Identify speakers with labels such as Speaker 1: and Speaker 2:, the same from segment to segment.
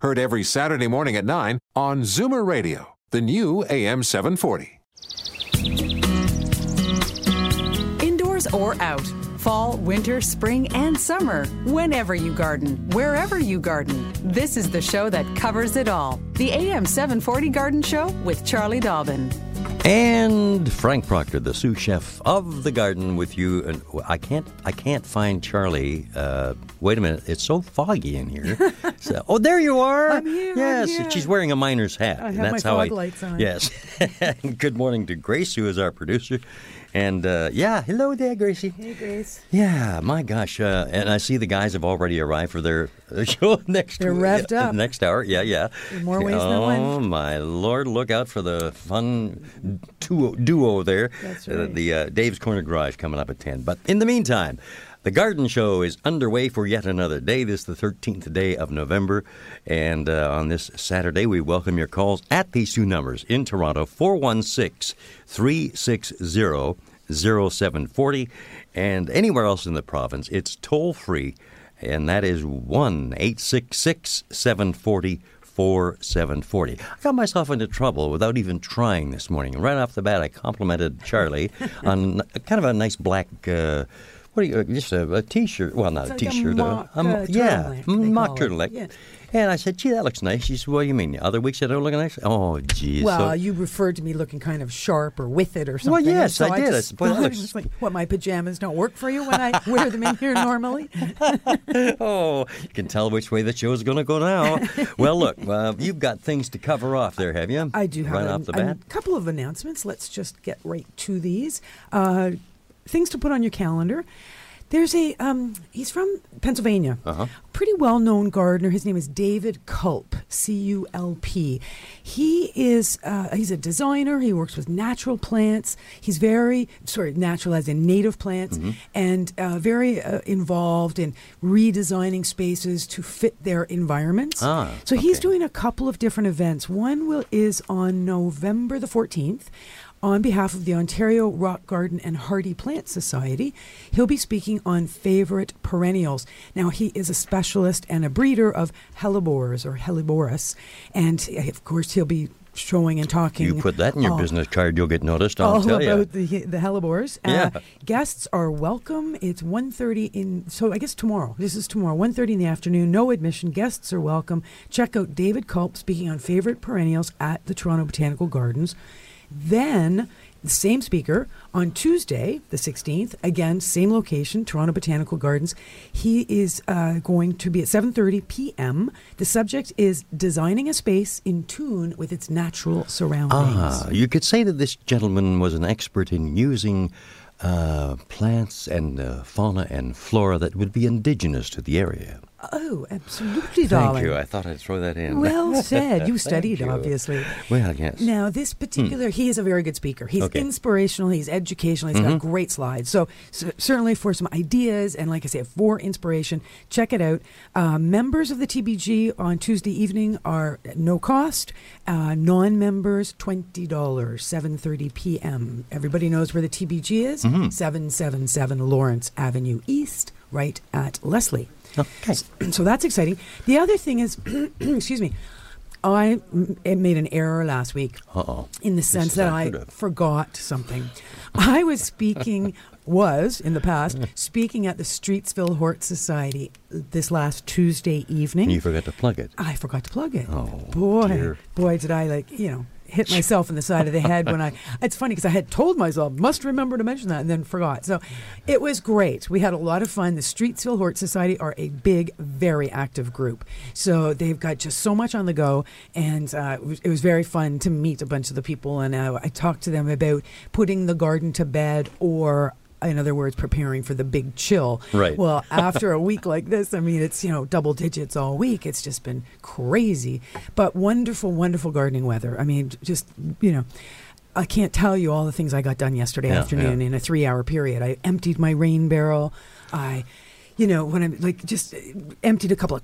Speaker 1: heard every Saturday morning at 9 on Zoomer Radio, the new AM 740.
Speaker 2: Indoors or out, fall, winter, spring, and summer, whenever you garden, wherever you garden, this is the show that covers it all. The AM 740 Garden Show with Charlie Dobbin.
Speaker 3: And Frank Proctor, the sous chef of the garden, with you. And I can't, I can't find Charlie. Uh, wait a minute, it's so foggy in here. so, oh, there you are.
Speaker 4: I'm here, I'm
Speaker 3: Yes,
Speaker 4: here.
Speaker 3: she's wearing a miner's hat.
Speaker 4: I
Speaker 3: and
Speaker 4: have my
Speaker 3: that's how I,
Speaker 4: fog lights on.
Speaker 3: Yes. And Good morning to Grace, who is our producer. And uh, yeah, hello there, Gracie.
Speaker 4: Hey, Grace.
Speaker 3: Yeah, my gosh. Uh, and I see the guys have already arrived for their, their show next
Speaker 4: They're revved
Speaker 3: yeah,
Speaker 4: up.
Speaker 3: Next hour. Yeah, yeah.
Speaker 4: In more ways
Speaker 3: oh,
Speaker 4: than one.
Speaker 3: my Lord. Look out for the fun duo, duo there.
Speaker 4: That's
Speaker 3: Uh,
Speaker 4: right.
Speaker 3: the uh, Dave's Corner Garage coming up at 10. But in the meantime, the garden show is underway for yet another day. This is the 13th day of November. And uh, on this Saturday, we welcome your calls at these two numbers in Toronto 416 360 0740. And anywhere else in the province, it's toll free. And that is 1 866 740 4740. I got myself into trouble without even trying this morning. Right off the bat, I complimented Charlie on a- kind of a nice black. Uh, what do you, just a, a t-shirt, well,
Speaker 4: It's
Speaker 3: not a
Speaker 4: like a
Speaker 3: t-shirt,
Speaker 4: mock, uh,
Speaker 3: yeah,
Speaker 4: turtleneck, they
Speaker 3: mock
Speaker 4: call it.
Speaker 3: turtleneck.
Speaker 4: Yeah.
Speaker 3: And I said, gee, that looks nice. She said, what do you mean? Other weeks I don't look nice? Oh, geez.
Speaker 4: Well,
Speaker 3: So-
Speaker 4: you referred to me looking kind of sharp or with it or something.
Speaker 3: Well,
Speaker 4: and
Speaker 3: yes,
Speaker 4: so
Speaker 3: I did. I
Speaker 4: Just,
Speaker 3: said, boy, that
Speaker 4: I
Speaker 3: looks-
Speaker 4: just like, what, my pajamas don't work for you when I wear them in here normally?
Speaker 3: oh, you can tell which way the show's going to go now. well, look, uh, you've got things to cover off there, have you?
Speaker 4: I do have
Speaker 3: Right
Speaker 4: a,
Speaker 3: off the
Speaker 4: a
Speaker 3: bat?
Speaker 4: couple of announcements. Let's just get right to these. Uh, things to put on your calendar. There's a, um, he's from Pennsylvania.
Speaker 3: Uh-huh.
Speaker 4: Pretty well known gardener. His name is David Culp, C U L P. He is, uh, he's a designer. He works with natural plants. He's very, sorry, natural as in native plants,
Speaker 3: Mm-hmm.
Speaker 4: and uh, very uh, involved in redesigning spaces to fit their environments.
Speaker 3: Ah,
Speaker 4: so he's
Speaker 3: okay.
Speaker 4: doing doing a couple of different events. One will is on November the 14th on behalf of the Ontario Rock Garden and Hardy Plant Society. He'll be speaking on favorite perennials. Now he is a specialist and a breeder of hellebores or helleborus and eh, of course he'll be showing and talking.
Speaker 3: You put that in your
Speaker 4: all-
Speaker 3: business card, you'll get noticed, I'll
Speaker 4: oh. all
Speaker 3: tell
Speaker 4: about
Speaker 3: you.
Speaker 4: the the hellebores.
Speaker 3: Yeah.
Speaker 4: Uh, guests are welcome. It's 1.30 in, so I guess tomorrow. This is tomorrow, 1.30 in the afternoon. No admission. Guests are welcome. Check out David Culp speaking on favorite perennials at the Toronto Botanical Gardens. Then the same speaker on Tuesday, the 16th, again, same location, Toronto Botanical Gardens. He is uh, going to be at 7.30 p.m. The subject is designing a space in tune with its natural surroundings.
Speaker 3: Ah, you could say that this gentleman was an expert in using uh, plants and uh, fauna and flora that would be indigenous to the area.
Speaker 4: Oh, absolutely,
Speaker 3: Thank
Speaker 4: darling.
Speaker 3: you. I thought I'd throw that in.
Speaker 4: Well said. You studied,
Speaker 3: you.
Speaker 4: obviously.
Speaker 3: Well, yes.
Speaker 4: Now, this particular, he is a very good speaker. He's
Speaker 3: Hmm. Okay. Mm-hmm.
Speaker 4: inspirational. He's educational. He's got great slides. So, c- certainly for some ideas and, like I say, for inspiration, check it out. Uh, members of the TBG on Tuesday evening are at no cost. Uh, non-members, twenty dollars, seven thirty p.m. Everybody knows where the TBG is.
Speaker 3: Mm-hmm.
Speaker 4: seven seven Lawrence Avenue East, right at Leslie.
Speaker 3: Okay.
Speaker 4: so that's exciting. The other thing is, excuse me, Oh, I m- made an error last week
Speaker 3: Uh-oh.
Speaker 4: in the
Speaker 3: This
Speaker 4: sense
Speaker 3: is
Speaker 4: that I
Speaker 3: unheard of.
Speaker 4: forgot something. I was speaking, was in the past, speaking at the Streetsville Hort Society this last Tuesday evening.
Speaker 3: You forgot to plug it.
Speaker 4: I forgot to plug it.
Speaker 3: Oh,
Speaker 4: boy,
Speaker 3: dear.
Speaker 4: boy, did I like you know hit myself in the side of the head when I. It's funny because I had told myself must remember to mention that and then forgot. So it was great. We had a lot of fun. The Streetsville Hort Society are a big, very active group. So they've got just so much on the go, and uh, it, was, it was very fun to meet a bunch of the people. And uh, I talked to them about putting the garden to bed or in other words, preparing for the big chill.
Speaker 3: Right.
Speaker 4: Well, after a week like this, I mean, it's, you know, double digits all week. It's just been crazy, but wonderful, wonderful gardening weather. I mean, j- just, you know, I can't tell you all the things I got done yesterday
Speaker 3: Yeah,
Speaker 4: afternoon
Speaker 3: yeah.
Speaker 4: in a three hour period. I emptied my rain barrel. I, you know, when I'm like just uh, emptied a couple of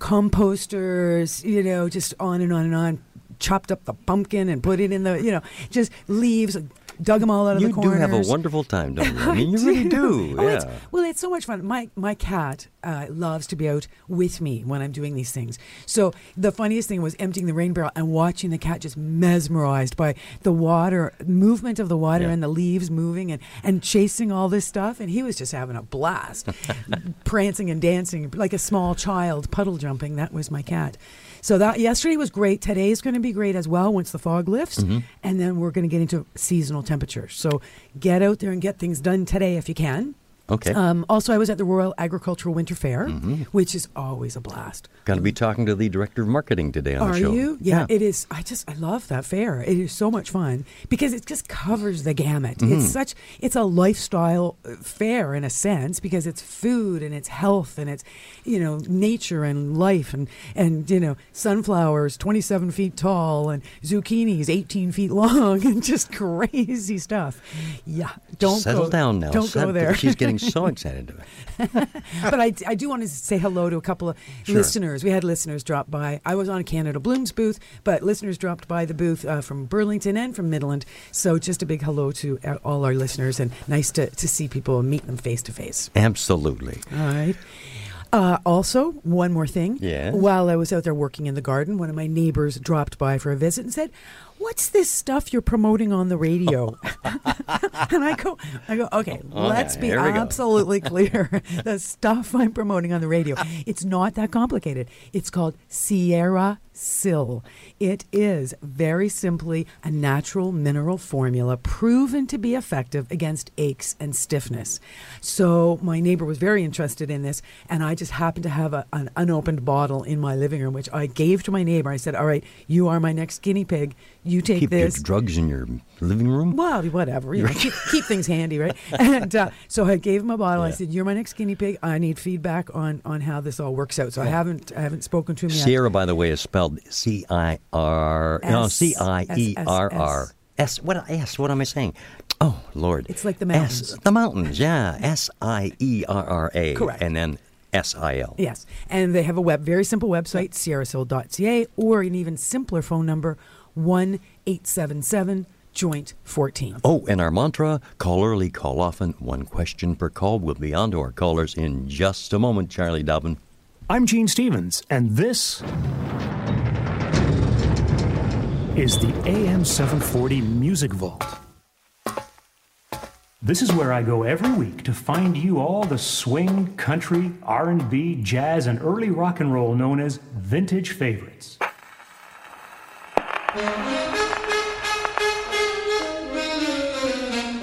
Speaker 4: composters, you know, just on and on and on. Chopped up the pumpkin and put it in the, you know, just leaves, dug them all out of
Speaker 3: You
Speaker 4: the
Speaker 3: do
Speaker 4: corners.
Speaker 3: have a wonderful time, don't you? I mean, you really do.
Speaker 4: Oh, it's,
Speaker 3: yeah.
Speaker 4: well, it's so much fun. My my cat uh, loves to be out with me when I'm doing these things. So the funniest thing was emptying the rain barrel and watching the cat just mesmerized by the water movement of the water
Speaker 3: Yeah.
Speaker 4: and the leaves moving and and chasing all this stuff. And he was just having a blast, prancing and dancing like a small child, puddle jumping. That was my cat. So that yesterday was great. Today's going to be great as well once the fog lifts, and then we're going to get into seasonal temperatures. So get out there and get things done today if you can.
Speaker 3: Okay.
Speaker 4: Um, also, I was at the Royal Agricultural Winter Fair, which is always a blast.
Speaker 3: Going to be talking to the director of marketing today on
Speaker 4: Are
Speaker 3: the show.
Speaker 4: you? Yeah, it is. I just I love that fair. It is so much fun because it just covers the gamut.
Speaker 3: Mm-hmm.
Speaker 4: It's such it's a lifestyle uh, fair in a sense because it's food and it's health and it's you know nature and life and and you know sunflowers twenty seven feet tall and zucchinis eighteen feet long and just crazy stuff. Yeah, don't
Speaker 3: Settle
Speaker 4: go,
Speaker 3: down now.
Speaker 4: Don't
Speaker 3: Settle-
Speaker 4: go there.
Speaker 3: She's getting so excited. about it.
Speaker 4: but I, I do want to say hello to a couple of listeners. We had listeners drop by. I was on Canada Bloom's booth, but listeners dropped by the booth uh, from Burlington and from Midland. So just a big hello to uh, all our listeners, and nice to, to see people and meet them face to face.
Speaker 3: Absolutely.
Speaker 4: All right. Uh, also, one more thing.
Speaker 3: Yes.
Speaker 4: While I was out there working in the garden, one of my neighbors dropped by for a visit and said, "What's this stuff you're promoting on the radio?" and I go, "I go, okay,
Speaker 3: Oh,
Speaker 4: let's
Speaker 3: yeah,
Speaker 4: be
Speaker 3: here we go."
Speaker 4: absolutely clear. the stuff I'm promoting on the radio, it's not that complicated. It's called Sierra Sil. It is very simply a natural mineral formula proven to be effective against aches and stiffness. So my neighbor was very interested in this, and I just happened to have a, an unopened bottle in my living room, which I gave to my neighbor. I said, "All right, you are my next guinea pig. You take
Speaker 3: Keep
Speaker 4: this."
Speaker 3: your drugs in your living room.
Speaker 4: Well, whatever. You know, keep, keep things handy, right? And uh, so I gave him a bottle. I
Speaker 3: Yeah.
Speaker 4: said, "You're my next guinea pig. I need feedback on on how this all works out." So I haven't I haven't spoken to him yet.
Speaker 3: Sierra, by the way, is spelled C I R. No,
Speaker 4: S-
Speaker 3: C I E R R.
Speaker 4: S-
Speaker 3: S. What S? What am I saying? Oh Lord!
Speaker 4: It's like the
Speaker 3: S,
Speaker 4: mountains.
Speaker 3: the mountains. Yeah. S I E R R A.
Speaker 4: Correct.
Speaker 3: And then S I L.
Speaker 4: Yes, and they have a web very simple website, sierrasil.ca, or an even simpler phone number, one eight seven seven joint fourteen.
Speaker 3: Oh, and our mantra call early, call often, one question per call. We'll be on to our callers in just a moment, Charlie Dobbin.
Speaker 5: I'm Gene Stevens, and this is the AM 740 Music Vault. This is where I go every week to find you all the swing, country, R&B, jazz, and early rock and roll known as vintage favorites.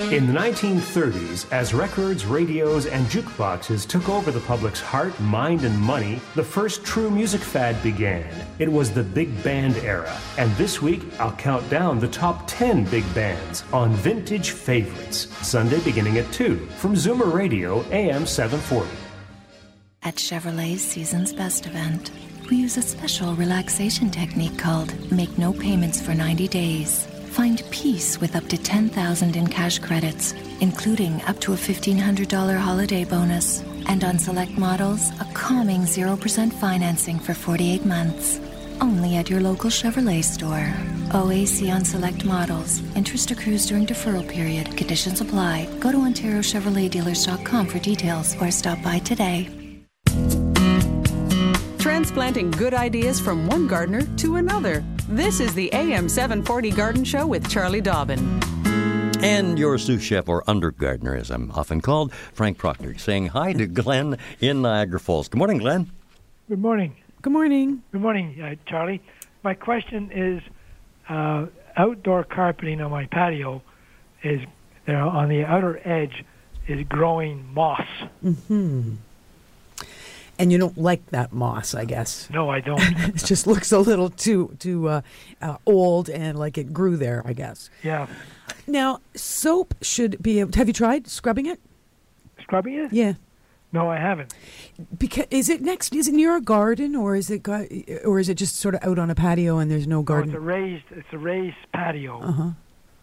Speaker 5: In the 1930s, as records, radios, and jukeboxes took over the public's heart, mind, and money, the first true music fad began. It was the big band era, and this week I'll count down the top 10 big bands on Vintage Favorites, Sunday beginning at 2 from Zoomer Radio AM 740.
Speaker 6: At Chevrolet's Season's Best event, we use a special relaxation technique called Make No Payments for 90 Days. Find peace with up to 10,000 in cash credits, including up to a $1,500 holiday bonus. And on select models, a calming 0% financing for 48 months. Only at your local Chevrolet store. OAC on select models. Interest accrues during deferral period. Conditions apply. Go to OntarioChevroletDealers.com for details or stop by today.
Speaker 2: Transplanting good ideas from one gardener to another. This is the AM 740 Garden Show with Charlie Dobbin.
Speaker 3: And your sous chef or undergardener, as I'm often called, Frank Proctor, saying hi to Glenn in Niagara Falls. Good morning, Glenn.
Speaker 7: Good morning.
Speaker 4: Good morning.
Speaker 7: Good morning, uh, Charlie. My question is uh, outdoor carpeting on my patio is there on the outer edge is growing moss.
Speaker 4: Mm-hmm. And you don't like that moss, I guess.
Speaker 7: No, I don't.
Speaker 4: it just looks a little too too uh, uh, old and like it grew there, I guess.
Speaker 7: yeah.
Speaker 4: Now, soap should be. Have you tried scrubbing it?
Speaker 7: scrubbing it?
Speaker 4: Yeah.
Speaker 7: No, I haven't.
Speaker 4: Because is it next? Is it near a garden, or is it got, or is it just sort of out on a patio and there's no
Speaker 7: No,
Speaker 4: garden?
Speaker 7: Oh, it's a raised. It's a raised patio.
Speaker 4: uh huh.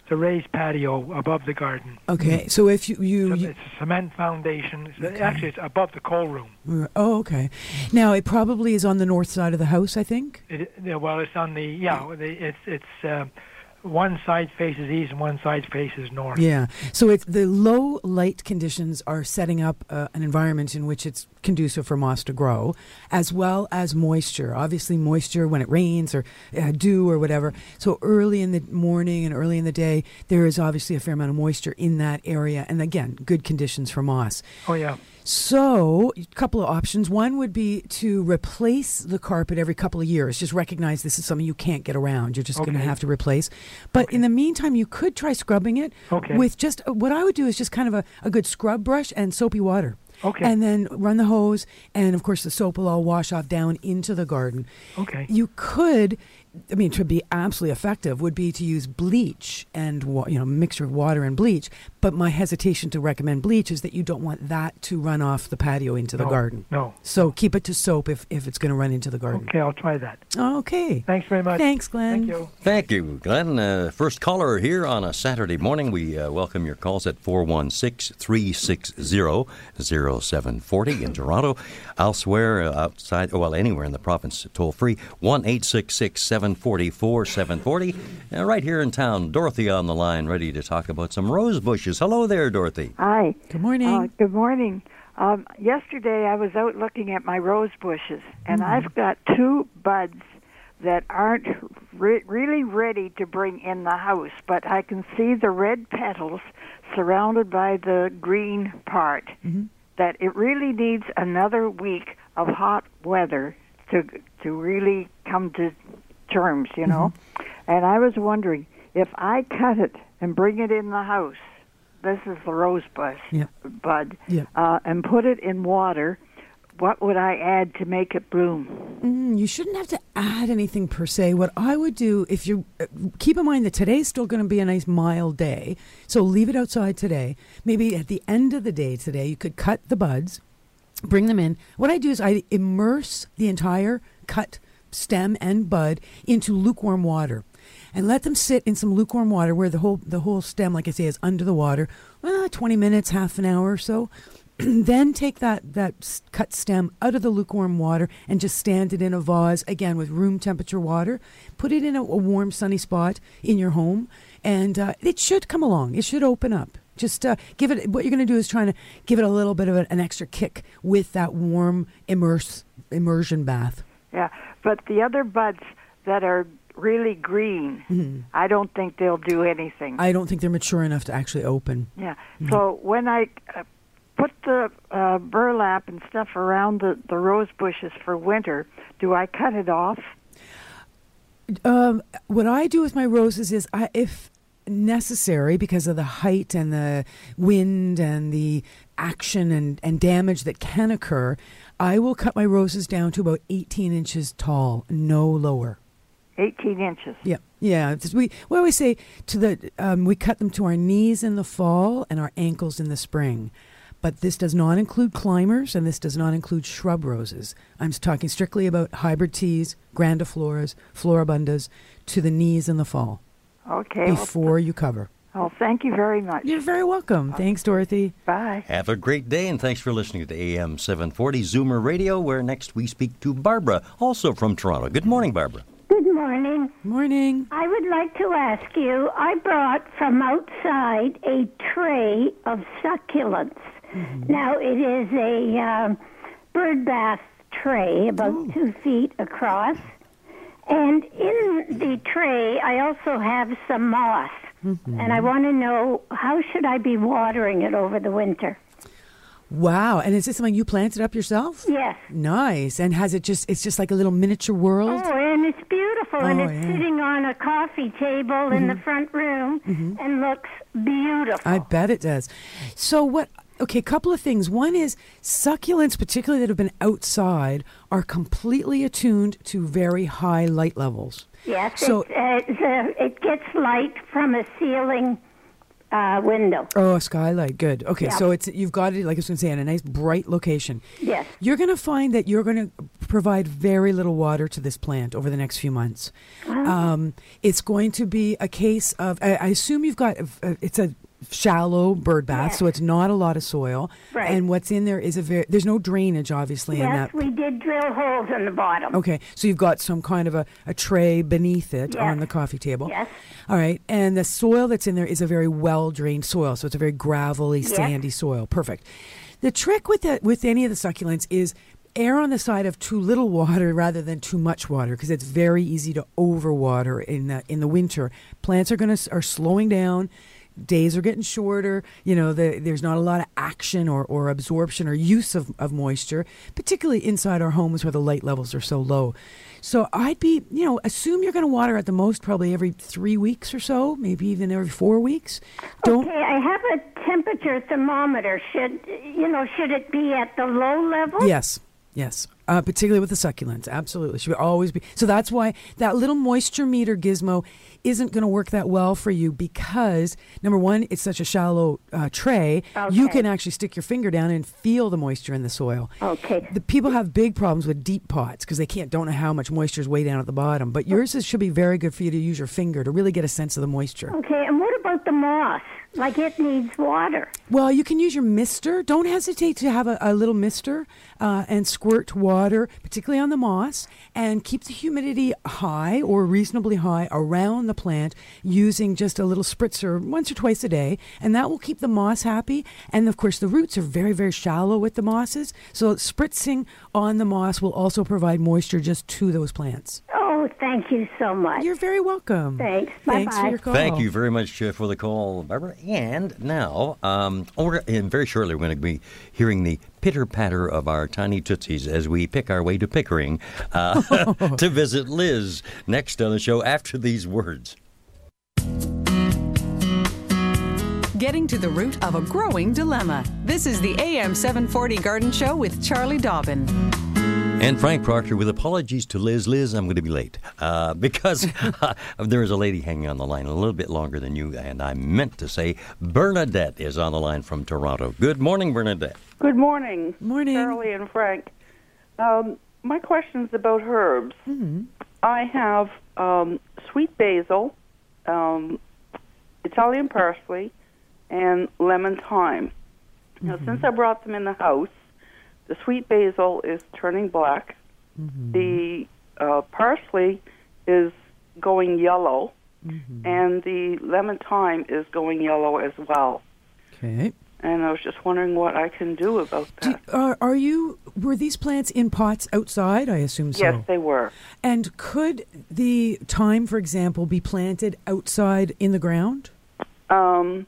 Speaker 7: It's a raised patio above the garden.
Speaker 4: Okay, so if you you,
Speaker 7: It's a,
Speaker 4: you
Speaker 7: it's a cement foundation. It's Actually, it's above the coal room.
Speaker 4: oh okay, now it probably is on the north side of the house, I think.
Speaker 7: It, yeah, well, it's on the yeah. the- It's it's um one side faces east and one side faces north.
Speaker 4: Yeah. So it's the low light conditions are setting up uh, an environment in which it's conducive for moss to grow, as well as moisture. Obviously, moisture when it rains or uh, dew or whatever. So early in the morning and early in the day, there is obviously a fair amount of moisture in that area, and again, good conditions for moss.
Speaker 7: Oh yeah.
Speaker 4: So, a couple of options. One would be to replace the carpet every couple of years. Just recognize this is something you can't get around. You're just going to
Speaker 7: Okay.
Speaker 4: have to replace. But in the meantime, you could try scrubbing it
Speaker 7: Okay.
Speaker 4: with just uh, what I would do is just kind of a, a good scrub brush and soapy water.
Speaker 7: Okay.
Speaker 4: And then run the hose, and of course, the soap will all wash off down into the garden.
Speaker 7: Okay.
Speaker 4: You could, I mean, to be absolutely effective would be to use bleach and wa- you know mixture of water and bleach. But my hesitation to recommend bleach is that you don't want that to run off the patio into the
Speaker 7: No,
Speaker 4: garden.
Speaker 7: no.
Speaker 4: So keep it to soap if if it's going to run into the garden.
Speaker 7: Okay, I'll try that.
Speaker 4: Okay.
Speaker 7: Thanks very much.
Speaker 4: Thanks, Glenn.
Speaker 7: Thank you.
Speaker 3: Thank you, Glenn. Uh, first caller here on a Saturday morning. We uh, welcome your calls at 416 360 0740 in Toronto. Elsewhere, uh, outside, well, anywhere in the province, toll free 1 866 740 4740. Uh, Right here in town, Dorothy on the line, ready to talk about some rose bushes. Hello there, Dorothy.
Speaker 8: Hi.
Speaker 4: Good morning.
Speaker 8: Uh, good morning. Um, yesterday I was out looking at my rose bushes, and
Speaker 4: Hmm.
Speaker 8: I've got two buds that aren't re- really ready to bring in the house, but I can see the red petals surrounded by the green part.
Speaker 4: Mm-hmm.
Speaker 8: That it really needs another week of hot weather to to really come to terms, you know.
Speaker 4: Mm-hmm.
Speaker 8: And I was wondering if I cut it and bring it in the house. This is the rose bush
Speaker 4: Yep.
Speaker 8: bud
Speaker 4: Yep.
Speaker 8: uh, and put it in water, what would I add to make it bloom?
Speaker 4: Mm, You shouldn't have to add anything per se. What I would do, if you uh, keep in mind that today's still going to be a nice mild day, so leave it outside today. Maybe at the end of the day today, you could cut the buds, bring them in. What I do is I immerse the entire cut stem and bud into lukewarm water and let them sit in some lukewarm water where the whole the whole stem like i say is under the water well, 20 minutes half an hour or so then take that that s- cut stem out of the lukewarm water and just stand it in a vase again with room temperature water put it in a, a warm sunny spot in your home and uh, it should come along it should open up just uh, give it what you're going to do is trying to give it a little bit of a- an extra kick with that warm immerse immersion bath
Speaker 8: Yeah, but the other buds that are really green, I don't think they'll do anything.
Speaker 4: Mm-hmm. i don't think Mm-hmm. they're mature enough to actually open
Speaker 8: yeah. So when I uh, put the uh, burlap and stuff around the, the rose bushes for winter, do I cut it off?
Speaker 4: Um, what I do with my roses is, I, if necessary, because of the height and the wind and the action and, and damage that can occur, I will cut my roses down to about 18 inches tall, no lower.
Speaker 8: 18 inches.
Speaker 4: Yeah, yeah. It's- We we always say to the um, we cut them to our knees in the fall and our ankles in the spring, but this does not include climbers and this does not include shrub roses. I'm s- talking strictly about hybrid teas, grandifloras, floribundas, to the knees in the fall
Speaker 8: Okay. well,
Speaker 4: before you cover.
Speaker 8: well, thank you very much. Uh,
Speaker 4: You're very welcome. Thanks, Dorothy.
Speaker 8: Bye.
Speaker 3: Have a great day, and thanks for listening to AM 740 Zoomer Radio, where next we speak to Barbara, also from Toronto. Good morning, Barbara.
Speaker 9: Good morning.
Speaker 4: Morning.
Speaker 9: I would like to ask you I brought from outside a tray of succulents.
Speaker 4: Mm-hmm.
Speaker 9: Now, it is a um, birdbath tray, about two feet across. And in the tray, I also have some moss.
Speaker 4: Mm-hmm.
Speaker 9: And I want to know how should I be watering it over the winter?
Speaker 4: Wow. And is this something you planted up yourself?
Speaker 9: Yes.
Speaker 4: Nice. And has it just? It's just like a little miniature world.
Speaker 9: Oh, and it's beautiful, and
Speaker 4: Oh,
Speaker 9: it's
Speaker 4: yeah. Mm-hmm.
Speaker 9: sitting on a coffee table in the front room and looks beautiful.
Speaker 4: I bet it does. So what? Okay, a couple of things. One is succulents, particularly that have been outside, are completely attuned to very high light levels.
Speaker 9: Yes,
Speaker 4: So
Speaker 9: it's, uh, it's, uh, it gets light from a ceiling uh, window.
Speaker 4: Oh, skylight. Good. Okay,
Speaker 9: Yeah.
Speaker 4: so it's you've got it. Like I was going to say, in a nice bright location.
Speaker 9: Yes.
Speaker 4: You're going to find that you're going to provide very little water to this plant over the next few months. Um, it's going to be a case of. I, I assume you've got. A, it's a shallow bird bath, so it's not a lot of soil.
Speaker 9: Right.
Speaker 4: And what's in there is a very. There's no drainage, obviously, in
Speaker 9: Yes,
Speaker 4: that.
Speaker 9: we did drill holes in the bottom.
Speaker 4: Okay, so you've got some kind of a, a tray beneath it on
Speaker 9: Yes.
Speaker 4: the coffee table.
Speaker 9: Yes.
Speaker 4: All right, and the soil that's in there is a very well drained soil, so it's a very gravelly, sandy soil. Perfect. The trick with that, with any of the succulents is err on the side of too little water rather than too much water because it's very easy to overwater in the in the winter. Plants are going to are slowing down. Days are getting shorter. You know, the, there's not a lot of action or, or absorption or use of, of moisture, particularly inside our homes where the light levels are so low. So I'd be, you know, assume you're going to water at the most probably every three weeks or so, maybe even every four weeks. Don't.
Speaker 9: Okay, I have a temperature thermometer. Should you know? Should it be at the low level?
Speaker 4: Yes, yes. Uh, particularly with the succulents, absolutely should always be. So that's why that little moisture meter gizmo isn't going to work that well for you because number one, it's such a shallow uh, tray. You can actually stick your finger down and feel the moisture in the soil.
Speaker 9: Okay.
Speaker 4: The people have big problems with deep pots because they can't don't know how much moisture is way down at the bottom. But yours is, should be very good for you to use your finger to really get a sense of the moisture.
Speaker 9: Okay, and what about the moss? Like it needs water.
Speaker 4: Well, you can use your mister. Don't hesitate to have a, a little mister uh, and squirt water, particularly on the moss, and keep the humidity high or reasonably high around the plant using just a little spritzer once or twice a day. And that will keep the moss happy. And of course, the roots are very, very shallow with the mosses. So spritzing on the moss will also provide moisture just to those plants.
Speaker 9: Oh, thank you so much.
Speaker 4: You're very welcome.
Speaker 9: Thanks.
Speaker 4: Thanks for
Speaker 9: Bye-bye.
Speaker 4: your call.
Speaker 3: Thank you very much uh, for the call, Barbara. And now, um, over, and very shortly, we're going to be hearing the pitter patter of our tiny tootsies as we pick our way to Pickering uh, to visit Liz next on the show after these words.
Speaker 2: Getting to the root of a growing dilemma. This is the AM 740 Garden Show with Charlie Dobbin.
Speaker 3: And Frank Proctor, with apologies to Liz. Liz, I'm going to be late uh, because uh, there is a lady hanging on the line a little bit longer than you, and I meant to say Bernadette is on the line from Toronto. Good morning, Bernadette.
Speaker 10: Good morning.
Speaker 4: Morning.
Speaker 10: Charlie and Frank. Um, my question's about herbs. I have um, sweet basil, um, Italian parsley, and lemon thyme. Now, since I brought them in the house, the sweet basil is turning black. The uh, parsley is going yellow, and the lemon thyme is going yellow as well.
Speaker 4: Okay.
Speaker 10: And I was just wondering what I can do about that.
Speaker 4: Do, uh, are, are you, were these plants in pots outside? I assume so.
Speaker 10: Yes, they were.
Speaker 4: And could the thyme, for example, be planted outside in the ground?
Speaker 10: Um,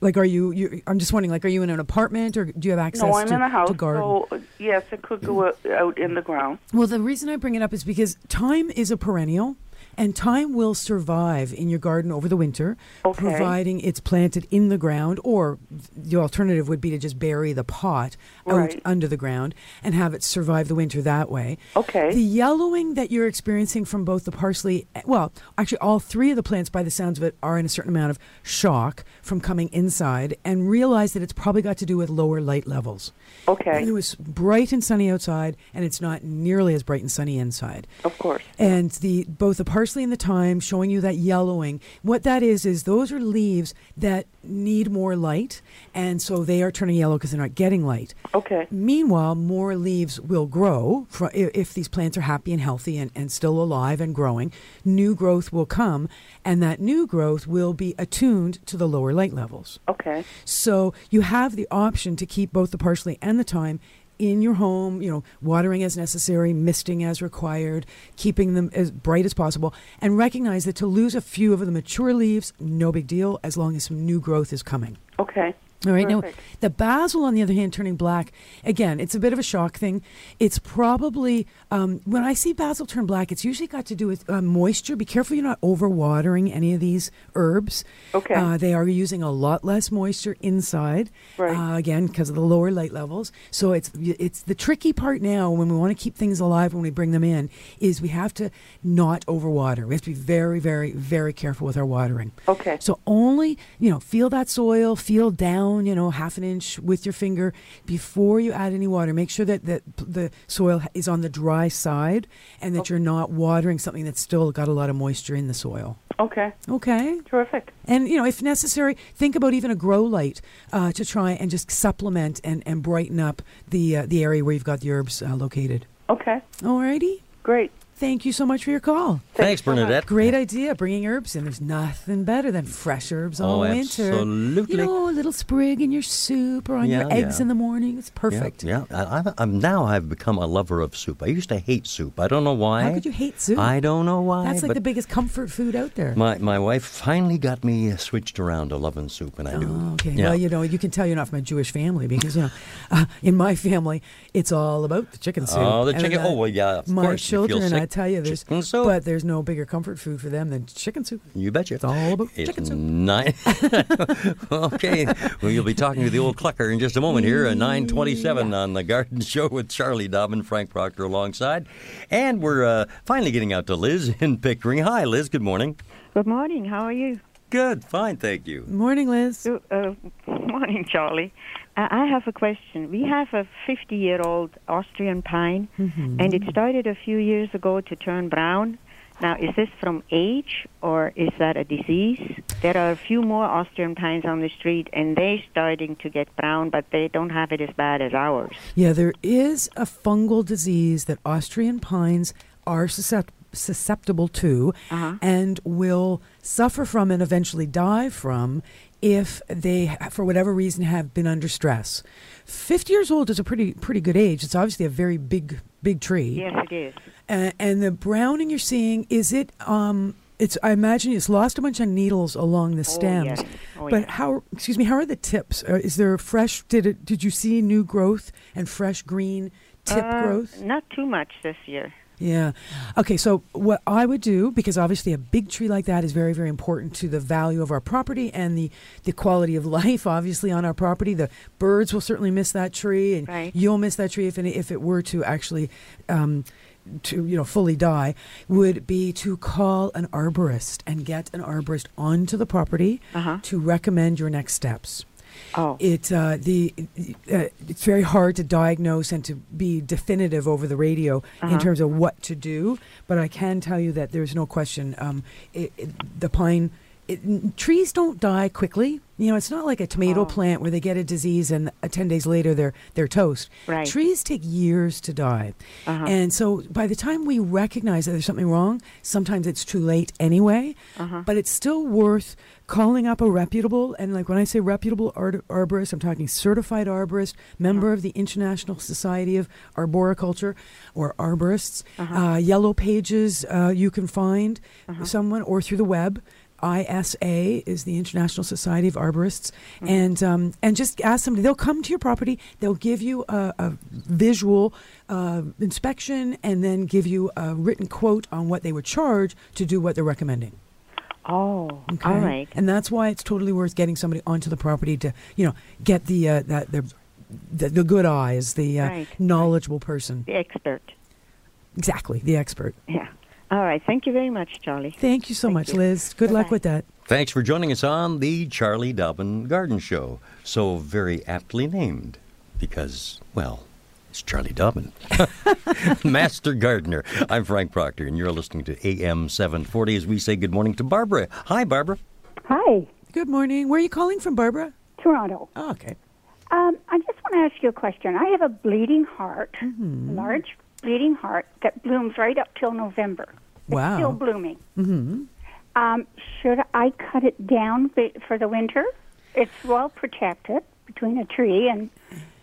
Speaker 4: Like, are you, you? I'm just wondering. Like, are you in an apartment, or do you have access?
Speaker 10: no, I'm
Speaker 4: to,
Speaker 10: in a house,
Speaker 4: to garden? Mm.
Speaker 10: so uh, yes, it could go out- out in the ground.
Speaker 4: Well, the reason I bring it up is because thyme is a perennial. And thyme will survive in your garden over the winter,
Speaker 10: Okay.
Speaker 4: providing it's planted in the ground, or the alternative would be to just bury the pot out
Speaker 10: Right.
Speaker 4: under the ground and have it survive the winter that way.
Speaker 10: Okay.
Speaker 4: The yellowing that you're experiencing from both the parsley, well, actually, all three of the plants, by the sounds of it, are in a certain amount of shock from coming inside and realize that it's probably got to do with lower light levels.
Speaker 10: Okay.
Speaker 4: It was bright and sunny outside, and it's not nearly as bright and sunny inside.
Speaker 10: Of course.
Speaker 4: And the both the parsley and the thyme showing you that yellowing. What that is is those are leaves that need more light, and so they are turning yellow because they're not getting light.
Speaker 10: Okay.
Speaker 4: Meanwhile, more leaves will grow fro- i- if these plants are happy and healthy and, and still alive and growing. New growth will come, and that new growth will be attuned to the lower light levels.
Speaker 10: Okay.
Speaker 4: So you have the option to keep both the parsley and the thyme in your home, you know, watering as necessary, misting as required, keeping them as bright as possible, and recognize that to lose a few of the mature leaves, no big deal, as long as some new growth is coming.
Speaker 10: Okay.
Speaker 4: All right. Now, the basil, on the other hand, turning black, again, it's a bit of a shock thing. It's probably, um, when I see basil turn black, it's usually got to do with uh, moisture. Be careful you're not overwatering any of these herbs.
Speaker 10: Okay.
Speaker 4: Uh, they are using a lot less moisture inside,
Speaker 10: Right.
Speaker 4: uh, again, because of the lower light levels. So it's, it's the tricky part now when we want to keep things alive when we bring them in is we have to not overwater. We have to be very, very, very careful with our watering.
Speaker 10: Okay.
Speaker 4: So only, you know, feel that soil, feel down, you know, half an inch with your finger before you add any water. Make sure that the, the soil is on the dry side and that you're not watering something that's still got a lot of moisture in the soil.
Speaker 10: Okay.
Speaker 4: Okay.
Speaker 10: Terrific.
Speaker 4: And, you know, if necessary, think about even a grow light uh, to try and just supplement and, and brighten up the, uh, the area where you've got the herbs uh, located.
Speaker 10: Okay.
Speaker 4: Alrighty.
Speaker 10: Great.
Speaker 4: Thank you so much for your call.
Speaker 3: Thanks, Bernadette.
Speaker 4: Great idea, bringing herbs in. There's nothing better than fresh herbs
Speaker 3: Oh,
Speaker 4: all winter.
Speaker 3: absolutely.
Speaker 4: You know, a little sprig in your soup or on your
Speaker 3: Yeah,
Speaker 4: eggs
Speaker 3: yeah.
Speaker 4: in the morning. It's perfect.
Speaker 3: Yeah, yeah. I, I'm, I'm now I've become a lover of soup. I used to hate soup. I don't know why.
Speaker 4: How could you hate soup?
Speaker 3: I don't know why.
Speaker 4: That's like
Speaker 3: but
Speaker 4: the biggest comfort food out there.
Speaker 3: My my wife finally got me switched around to loving soup, and I do.
Speaker 4: Oh, okay.
Speaker 3: Yeah.
Speaker 4: Well, you know, you can tell you're not from a Jewish family because, you know, uh, in my family, it's all about the chicken soup.
Speaker 3: Oh, the
Speaker 4: And
Speaker 3: chicken-
Speaker 4: then, uh,
Speaker 3: oh, well, yeah, of
Speaker 4: my
Speaker 3: course, you feel
Speaker 4: children, I
Speaker 3: sick,
Speaker 4: tell you, there's,
Speaker 3: chicken soup.
Speaker 4: but there's no bigger comfort food for them than chicken soup.
Speaker 3: You betcha.
Speaker 4: It's all about
Speaker 3: It's
Speaker 4: chicken soup.
Speaker 3: Nine. okay. Well, you'll be talking to the old clucker in just a moment here at 927 on The Garden Show with Charlie Dobbin, Frank Proctor alongside. And we're uh, finally getting out to Liz in Pickering. Hi, Liz. Good morning.
Speaker 11: Good morning. How are you?
Speaker 3: Good. Fine. Thank you.
Speaker 4: Morning, Liz.
Speaker 11: Good uh, morning, Charlie. Uh, I have a question. We have a 50 year old Austrian pine,
Speaker 4: Mm-hmm.
Speaker 11: and it started a few years ago to turn brown. Now, is this from age or is that a disease? There are a few more Austrian pines on the street, and they're starting to get brown, but they don't have it as bad as ours.
Speaker 4: Yeah, there is a fungal disease that Austrian pines are suscept- susceptible to
Speaker 11: Uh-huh.
Speaker 4: and will suffer from and eventually die from if they for whatever reason have been under stress. 50 years old is a pretty pretty good age. It's obviously a very big big tree.
Speaker 11: Yes, it is.
Speaker 4: A- and the browning you're seeing is it um it's i imagine it's lost a bunch of needles along the stems
Speaker 11: yes. Oh,
Speaker 4: but
Speaker 11: yes.
Speaker 4: how excuse me how are the tips Uh, is there fresh did it did you see new growth and fresh green tip
Speaker 11: Uh,
Speaker 4: growth
Speaker 11: Not too much this year.
Speaker 4: yeah. Okay, so what I would do, because obviously a big tree like that is very, very important to the value of our property and the, the quality of life, obviously, on our property. The birds will certainly miss that tree, and
Speaker 11: Right.
Speaker 4: you'll miss that tree if, it- if it were to actually. Um, to you know fully die would be to call an arborist and get an arborist onto the property to recommend your next steps
Speaker 11: Uh-huh. Oh.
Speaker 4: it uh, the uh, it's very hard to diagnose and to be definitive over the radio
Speaker 11: Uh-huh.
Speaker 4: in terms of what to do. But I can tell you that there's no question. Um, it, it, the pine it, n- trees don't die quickly. You know, it's not like a tomato plant where they get a disease and uh, ten days later they're they're toast.
Speaker 11: Right.
Speaker 4: Trees take years to die, and so by the time we recognize that there's something wrong, sometimes it's too late anyway. But it's still worth calling up a reputable and like when I say reputable art- arborist, I'm talking certified arborist, member of the International Society of Arboriculture or arborists. Uh, yellow pages uh, you can find someone or through the web. ISA is the International Society of Arborists,
Speaker 11: Mm-hmm.
Speaker 4: and um, and just ask somebody. They'll come to your property. They'll give you a, a visual uh, inspection, and then give you a written quote on what they would charge to do what they're recommending.
Speaker 11: Oh. All right.
Speaker 4: And that's why it's totally worth getting somebody onto the property to you know get the uh, that the, the the good eyes, the uh,
Speaker 11: Right.
Speaker 4: knowledgeable person,
Speaker 11: The expert.
Speaker 4: exactly the expert.
Speaker 11: Yeah. All right. Thank you very much, Charlie.
Speaker 4: Thank you so
Speaker 11: Thank
Speaker 4: much,
Speaker 11: you.
Speaker 4: Liz. Good luck
Speaker 11: Bye-bye.
Speaker 4: with that.
Speaker 3: Thanks for joining us on the Charlie Dobbin Garden Show. So very aptly named because, well, it's Charlie Dobbin, Master Gardener. I'm Frank Proctor, and you're listening to AM 740 as we say good morning to Barbara. Hi, Barbara.
Speaker 12: Mm-hmm. Hi,
Speaker 4: Good morning. Where are you calling from, Barbara?
Speaker 12: Toronto.
Speaker 4: Oh, okay.
Speaker 12: Um, I just want to ask you a question. I have a bleeding heart,
Speaker 4: Mm-hmm.
Speaker 12: a large bleeding heart that blooms right up till November.
Speaker 4: Wow.
Speaker 12: Still blooming. Mm-hmm. Um, should I cut it down be- for the winter? It's well protected between a tree, and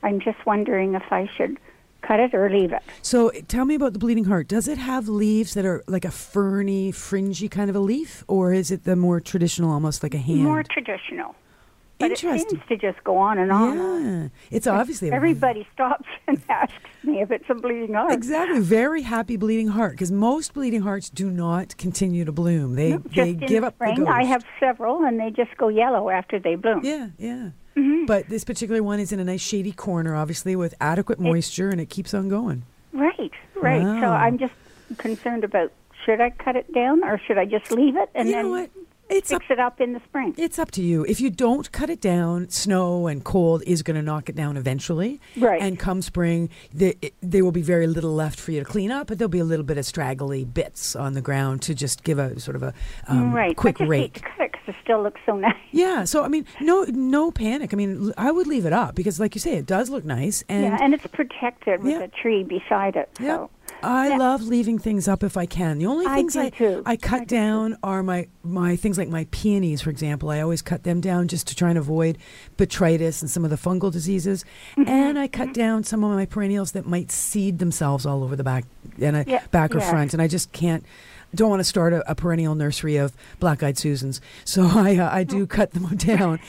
Speaker 12: I'm just wondering if I should cut it or leave it.
Speaker 4: So tell me about the bleeding heart. Does it have leaves that are like a ferny, fringy kind of a leaf, or is it the more traditional, almost like a hand?
Speaker 12: More traditional. But It
Speaker 4: Interesting.
Speaker 12: seems to just go on and on.
Speaker 4: Yeah. It's obviously a-
Speaker 12: everybody stops and asks me if it's a bleeding heart.
Speaker 4: Exactly. Very happy bleeding heart because most bleeding hearts do not continue to bloom. They
Speaker 12: Just
Speaker 4: they
Speaker 12: in
Speaker 4: give up.
Speaker 12: spring,
Speaker 4: the ghost.
Speaker 12: I have several, and they just go yellow after they bloom.
Speaker 4: Yeah, yeah.
Speaker 12: mm-hmm.
Speaker 4: But this particular one is in a nice shady corner, obviously with adequate moisture, and it keeps on going.
Speaker 12: Right, right. So
Speaker 4: Wow.
Speaker 12: I'm just concerned about should I cut it down or should I just leave it and
Speaker 4: You know
Speaker 12: then
Speaker 4: what?
Speaker 12: fix it up in the spring?
Speaker 4: It's up to you. If you don't cut it down, snow and cold is going to knock it down eventually.
Speaker 12: Right.
Speaker 4: And come spring, the, it, there will be very little left for you to clean up, but there'll be a little bit of straggly bits on the ground to just give a sort of a um,
Speaker 12: right.
Speaker 4: quick
Speaker 12: I just
Speaker 4: rake.
Speaker 12: hate to cut it 'cause it still looks so nice.
Speaker 4: Yeah, so I mean, no, no panic. I mean, l- I would leave it up because, like you say, it does look nice, and
Speaker 12: yeah, and it's protected with a tree beside it. So
Speaker 4: I love leaving things up if I can. The only
Speaker 12: I
Speaker 4: things
Speaker 12: do
Speaker 4: I
Speaker 12: too.
Speaker 4: I cut down are my my things like my peonies, for example. I always cut them down just to try and avoid botrytis and some of the fungal diseases.
Speaker 12: Mm-hmm.
Speaker 4: and I cut down some of my perennials that might seed themselves all over the back and I,
Speaker 13: Yeah,
Speaker 4: back or
Speaker 13: yeah.
Speaker 4: front, and I just can't. Don't want to start a, a perennial nursery of black-eyed Susans, so I uh, I do cut them down.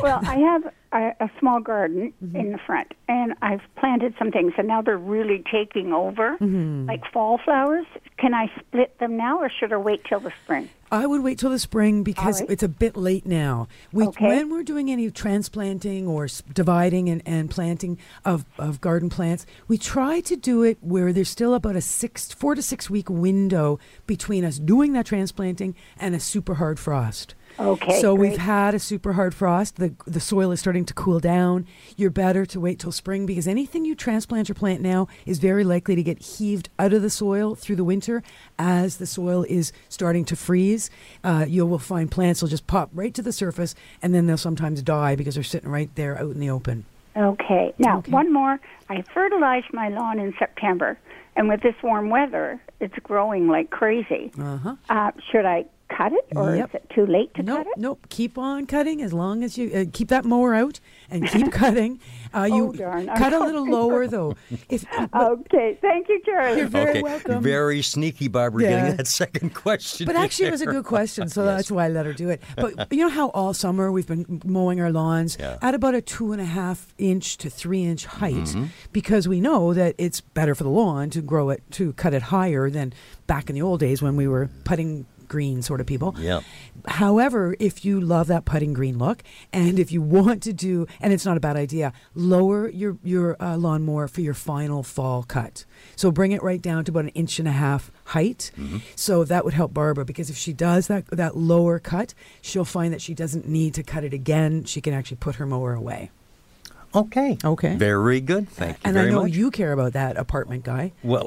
Speaker 12: well, I have a, a small garden
Speaker 4: Mm-hmm.
Speaker 12: in the front, and I've planted some things, and now they're really taking over,
Speaker 4: Mhm.
Speaker 12: like fall flowers. Can I split them now, or should I wait till the spring?
Speaker 4: I would wait till the spring because it's a bit late now. We, When we're doing any transplanting or s- dividing and, and planting of, of garden plants, we try to do it where there's still about a six, four to six week window between us doing that transplanting and a super hard frost.
Speaker 12: Okay,
Speaker 4: So we've
Speaker 12: great.
Speaker 4: had a super hard frost. The the soil is starting to cool down. You're better to wait till spring because anything you transplant your plant now is very likely to get heaved out of the soil through the winter as the soil is starting to freeze. Uh, you will find plants will just pop right to the surface and then they'll sometimes die because they're sitting right there out in the open.
Speaker 12: Okay. Now, one more. I fertilized my lawn in September, and with this warm weather, it's growing like crazy.
Speaker 4: Uh-huh.
Speaker 12: Uh, should I cut it, or
Speaker 4: Yep.
Speaker 12: is it too late to cut
Speaker 4: Nope, nope. Keep on cutting as long as you uh, keep that mower out and keep cutting. Uh, you
Speaker 12: Oh, darn. I'm
Speaker 4: cut a little
Speaker 12: sorry.
Speaker 4: lower though. If
Speaker 12: okay, thank you, Charlie.
Speaker 4: You're very
Speaker 3: okay.
Speaker 4: welcome.
Speaker 3: Very sneaky, Barbara,
Speaker 4: Yeah.
Speaker 3: getting that second question.
Speaker 4: But actually, it was a
Speaker 3: there.
Speaker 4: good question, so that's why I let her do it. But you know how all summer we've been mowing our lawns at about a two and a half inch to three inch height
Speaker 13: Mhm.
Speaker 4: because we know that it's better for the lawn to grow it, to cut it higher than back in the old days when we were putting green sort of people.
Speaker 3: Yeah.
Speaker 4: However, if you love that putting green look, and if you want to do, and it's not a bad idea, lower your your uh, lawnmower for your final fall cut. So bring it right down to about an inch and a half height.
Speaker 13: Mm-hmm.
Speaker 4: So that would help Barbara because if she does that that lower cut, she'll find that she doesn't need to cut it again. She can actually put her mower away.
Speaker 3: Okay.
Speaker 4: Okay.
Speaker 3: Very good. Thank you
Speaker 4: and I
Speaker 3: very
Speaker 4: know
Speaker 3: much.
Speaker 4: you care about that apartment guy.
Speaker 3: Well,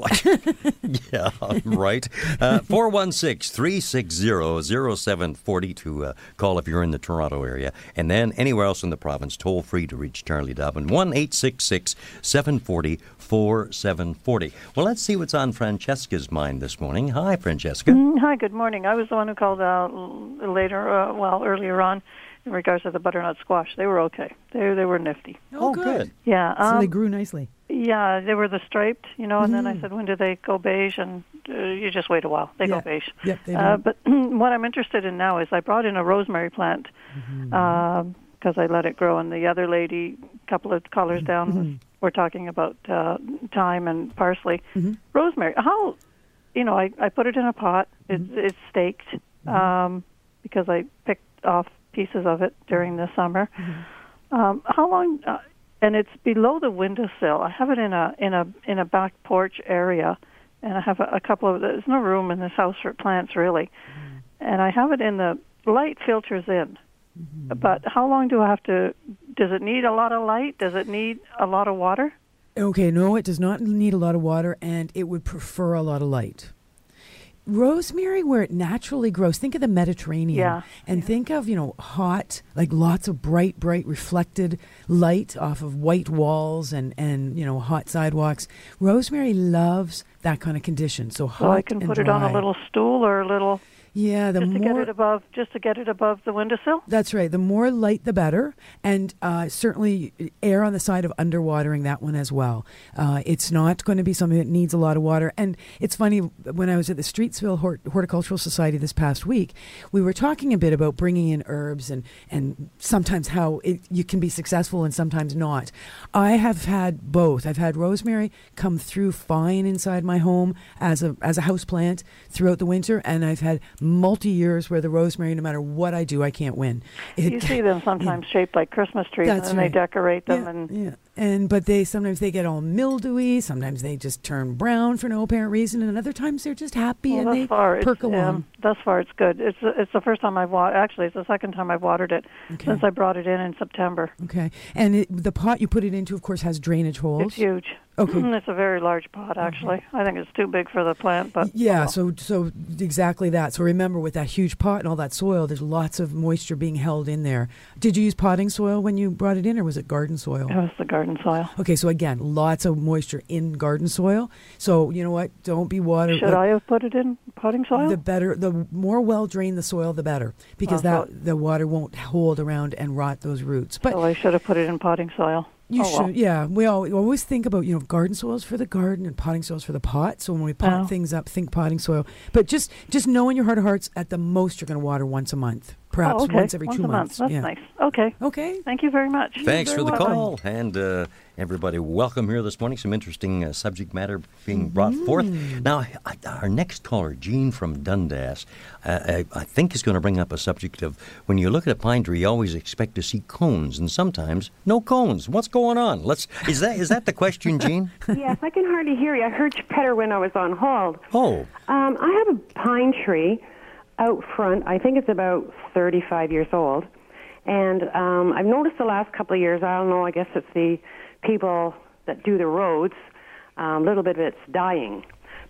Speaker 3: yeah, right. Uh, 416-360-0740 to uh, call if you're in the Toronto area. And then anywhere else in the province, toll free to reach Charlie Dobbin, 1-866-740-4740. Well, let's see what's on Francesca's mind this morning. Hi, Francesca.
Speaker 14: Mm, Hi, good morning. I was the one who called out l- later, uh, well, earlier on, in regards to the butternut squash. They were okay. They they were nifty.
Speaker 4: Oh, good.
Speaker 14: Yeah.
Speaker 4: so they
Speaker 14: um,
Speaker 4: grew nicely.
Speaker 14: Yeah, they were the striped, you know. And then
Speaker 4: Mhm.
Speaker 14: I said, when do they go beige? And uh, you just wait a while. They
Speaker 4: Yeah.
Speaker 14: go beige.
Speaker 4: Yep, they
Speaker 14: Uh,
Speaker 4: do.
Speaker 14: but what I'm interested in now is I brought in a rosemary plant
Speaker 4: Mm-hmm.
Speaker 14: because I let it grow, and the other lady, a couple of callers down,
Speaker 4: Mm-hmm.
Speaker 14: was, were talking about uh, thyme and parsley. Rosemary, how, you know, I, I put it in a pot. It, It's staked um, because I picked off pieces of it during the summer. Um, how long? Uh, and it's below the windowsill. I have it in a in a in a back porch area, and I have a, a couple of. There's no room in this house for plants really, and I have it in the light filters in. But how long do I have to? Does it need a lot of light? Does it need a lot of water?
Speaker 4: Okay, no, it does not need a lot of water and it would prefer a lot of light. Rosemary, where it naturally grows, think of the Mediterranean.
Speaker 14: Yeah.
Speaker 4: And think of, you know, hot, like lots of bright, bright reflected light off of white walls and, and you know, hot sidewalks. Rosemary loves that kind of condition. So hot.
Speaker 14: So I can
Speaker 4: and
Speaker 14: put it on a
Speaker 4: dry.
Speaker 14: little stool or a little.
Speaker 4: Yeah, the
Speaker 14: just to get
Speaker 4: more-
Speaker 14: it above, just to get it above the windowsill.
Speaker 4: That's right. The more light, the better, and uh, certainly err on the side of underwatering that one as well. Uh, it's not going to be something that needs a lot of water. And it's funny when I was at the Streetsville Hort- Horticultural Society this past week, we were talking a bit about bringing in herbs and and sometimes how it, you can be successful and sometimes not. I have had both. I've had rosemary come through fine inside my home as a as a house plant throughout the winter, and I've had multi years where the rosemary, no matter what I do, I can't win. It-
Speaker 14: You see them sometimes shaped like Christmas trees,
Speaker 4: That's
Speaker 14: and then
Speaker 4: right.
Speaker 14: they decorate them. and
Speaker 4: yeah. And but they sometimes they get all mildewy. Sometimes they just turn brown for no apparent reason, and other times they're just happy
Speaker 14: well,
Speaker 4: and
Speaker 14: thus
Speaker 4: they
Speaker 14: far, it's,
Speaker 4: perk
Speaker 14: um,
Speaker 4: along.
Speaker 14: thus far, it's good. It's it's the first time I've watered. Actually, it's the second time I've watered it since I brought it in in September.
Speaker 4: Okay, and it, the pot you put it into, of course, has drainage holes.
Speaker 14: It's huge.
Speaker 4: Okay.
Speaker 14: it's a very large pot. Actually, I think it's too big for the plant, but
Speaker 4: Yeah, so so exactly that. So remember, with that huge pot and all that soil, there's lots of moisture being held in there. Did you use potting soil when you brought it in, or was it garden soil?
Speaker 14: It was the garden soil.
Speaker 4: Okay, so again, lots of moisture in garden soil. So you know what? Don't be water.
Speaker 14: should I have put it in potting soil?
Speaker 4: The better, the more well drained the soil, the better, because
Speaker 14: Well,
Speaker 4: that the water won't hold around and rot those roots. But
Speaker 14: well, I should have put it in potting soil.
Speaker 4: you
Speaker 14: Oh,
Speaker 4: should,
Speaker 14: well.
Speaker 4: yeah. We al- we always think about you know garden soils for the garden and potting soils for the pot. So when we pot
Speaker 14: Oh.
Speaker 4: things up, think potting soil. But just just know in your heart of hearts, at the most, you're going to water once a month, perhaps
Speaker 14: oh, okay.
Speaker 4: once every
Speaker 14: once
Speaker 4: two
Speaker 14: a
Speaker 4: months.
Speaker 14: Month. That's
Speaker 4: yeah.
Speaker 14: nice. Okay.
Speaker 4: Okay.
Speaker 14: Thank you very much.
Speaker 3: Thanks for the
Speaker 14: You're welcome.
Speaker 3: call. And uh, everybody, welcome here this morning. Some interesting uh, subject matter being brought
Speaker 14: Mm-hmm.
Speaker 3: forth. Now, I- our next caller, Gene from Dundas, uh, I, I think is going to bring up a subject of when you look at a pine tree, you always expect to see cones, and sometimes no cones. What's going on? Let's is that is that the question, Gene?
Speaker 13: yes, I can hardly hear you. I heard you better when I was on hold.
Speaker 3: Oh,
Speaker 13: Um, I have a pine tree out front. I think it's about 35 years old. And um, I've noticed the last couple of years, I don't know, I guess it's the people that do the roads, um, a little bit of it's dying.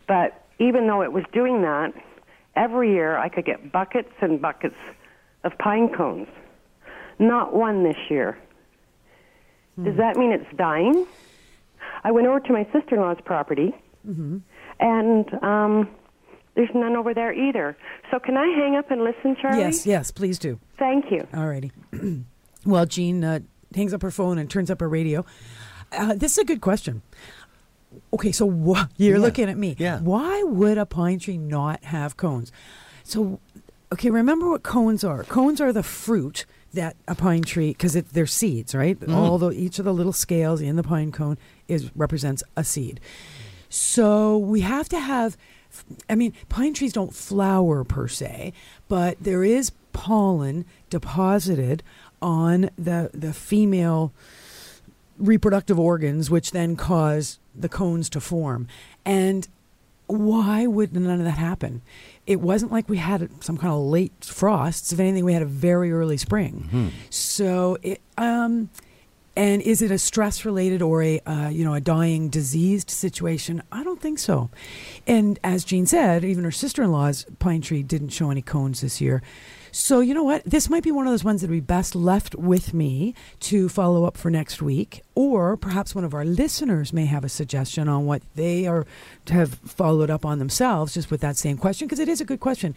Speaker 13: But even though it was doing that, every year I could get buckets and buckets of pine cones. Not one this year.
Speaker 4: Hmm.
Speaker 13: Does that mean it's dying? I went over to my sister in law's property,
Speaker 4: Mm-hmm.
Speaker 13: and um, there's none over there either. So can I hang up and listen, Charlie?
Speaker 4: Yes, yes, please do.
Speaker 13: Thank you.
Speaker 4: Alrighty. well, Jean uh, hangs up her phone and turns up her radio. Uh, this is a good question. Okay, so wh- you're
Speaker 15: Yeah.
Speaker 4: looking at me. Yeah. Why would a pine tree not have cones? So, okay, remember what cones are. Cones are the fruit that a pine tree, because they're seeds, right?
Speaker 15: Mm.
Speaker 4: All the each of the little scales in the pine cone is represents a seed. So we have to have, I mean, pine trees don't flower per se, but there is pollen deposited on the, the female reproductive organs, which then cause the cones to form. And why would none of that happen? It wasn't like we had some kind of late frosts. If anything, we had a very early spring.
Speaker 6: Mm-hmm.
Speaker 4: So it um and is it a stress related or a uh, you know a dying diseased situation? I don't think so. And as Jean said, even her sister-in-law's pine tree didn't show any cones this year. So you know what? This might be one of those ones that would be best left with me to follow up for next week, or perhaps one of our listeners may have a suggestion on what they are have followed up on themselves, just with that same question, because it is a good question.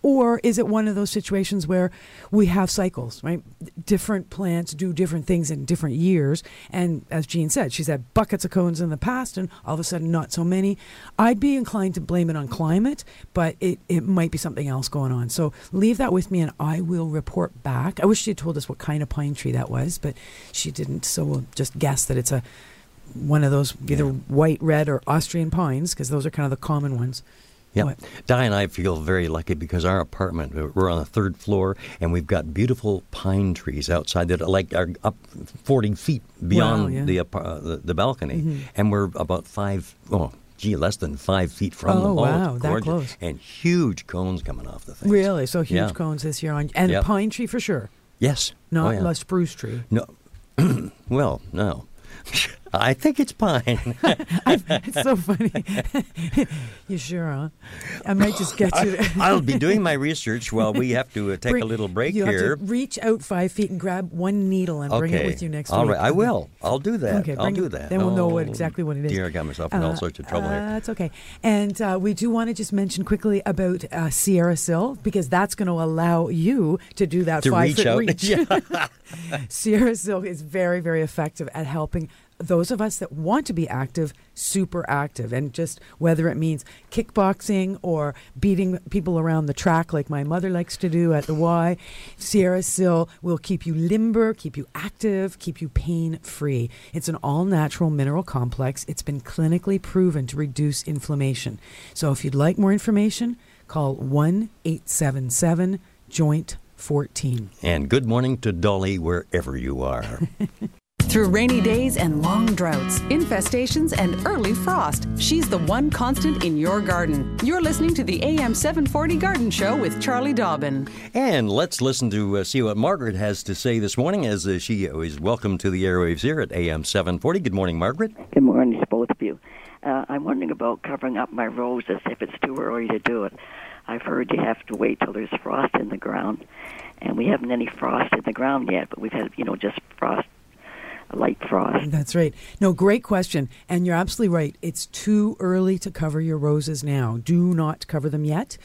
Speaker 4: Or is it one of those situations where we have cycles, right? Different plants do different things in different years, and as Jean said, she's had buckets of cones in the past, and all of a sudden not so many. I'd be inclined to blame it on climate, but it, it might be something else going on. So leave that with me and I will report back. I wish she had told us what kind of pine tree that was, but she didn't. So we'll just guess that it's a one of those either white, red, or Austrian pines because those are kind of the common ones.
Speaker 3: Yeah.
Speaker 4: What?
Speaker 3: Di and I feel very lucky because our apartment, uh, we're on the third floor, and we've got beautiful pine trees outside that are like are up 40 feet beyond
Speaker 4: Wow, yeah.
Speaker 3: the, apa- uh, the the balcony.
Speaker 4: Mhm.
Speaker 3: And we're about five, oh, gee, less than five feet from
Speaker 4: Oh,
Speaker 3: them. it's
Speaker 4: wow, that
Speaker 3: gorgeous.
Speaker 4: close.
Speaker 3: And huge cones coming off the thing.
Speaker 4: Really? So huge
Speaker 3: Yeah.
Speaker 4: cones this year on and
Speaker 3: Yep.
Speaker 4: pine tree for sure.
Speaker 3: Yes.
Speaker 4: Not
Speaker 3: Oh, yeah.
Speaker 4: a spruce tree.
Speaker 3: No. well, no. I think it's pine.
Speaker 4: it's so funny. you sure are. I might just get you. to-
Speaker 3: I, will be doing my research while we have to uh, take
Speaker 4: Bring-
Speaker 3: a little break
Speaker 4: you
Speaker 3: here.
Speaker 4: Have to reach out five feet and grab one needle and bring it with you next
Speaker 3: All
Speaker 4: week.
Speaker 3: right, I will. I'll do that.
Speaker 4: Okay,
Speaker 3: I'll
Speaker 4: bring
Speaker 3: do
Speaker 4: it-
Speaker 3: that.
Speaker 4: Then we'll know what
Speaker 3: Oh,
Speaker 4: exactly what it is.
Speaker 3: Dear, I got myself in all
Speaker 4: Uh,
Speaker 3: sorts of trouble here.
Speaker 4: That's okay. And uh, we do want to just mention quickly about uh, Sierra Sil because that's going to allow you to do that
Speaker 3: To
Speaker 4: five
Speaker 3: reach
Speaker 4: foot
Speaker 3: out.
Speaker 4: reach.
Speaker 3: Yeah.
Speaker 4: Sierra Sil is very, very effective at helping those of us that want to be active super active and just whether it means kickboxing or beating people around the track like my mother likes to do at the Y Sierra Sil will keep you limber keep you active keep you pain free it's an all natural mineral complex it's been clinically proven to reduce inflammation so if you'd like more information call 1877 joint 14
Speaker 3: And good morning to Dolly wherever you are.
Speaker 2: Through rainy days and long droughts, infestations, and early frost, she's the one constant in your garden. You're listening to the AM 740 Garden Show with Charlie Dobbin.
Speaker 3: and let's listen to uh, see what Margaret has to say this morning as uh, she is welcome to the airwaves here at AM 740. Good morning, Margaret.
Speaker 15: Good morning to both of you. Uh, I'm wondering about covering up my roses if it's too early to do it. I've heard you have to wait till there's frost in the ground, and we haven't any frost in the ground yet, but we've had, you know, just frost, light frost.
Speaker 4: That's right. No, great question. And you're absolutely right. It's too early to cover your roses now. Do not cover them yet.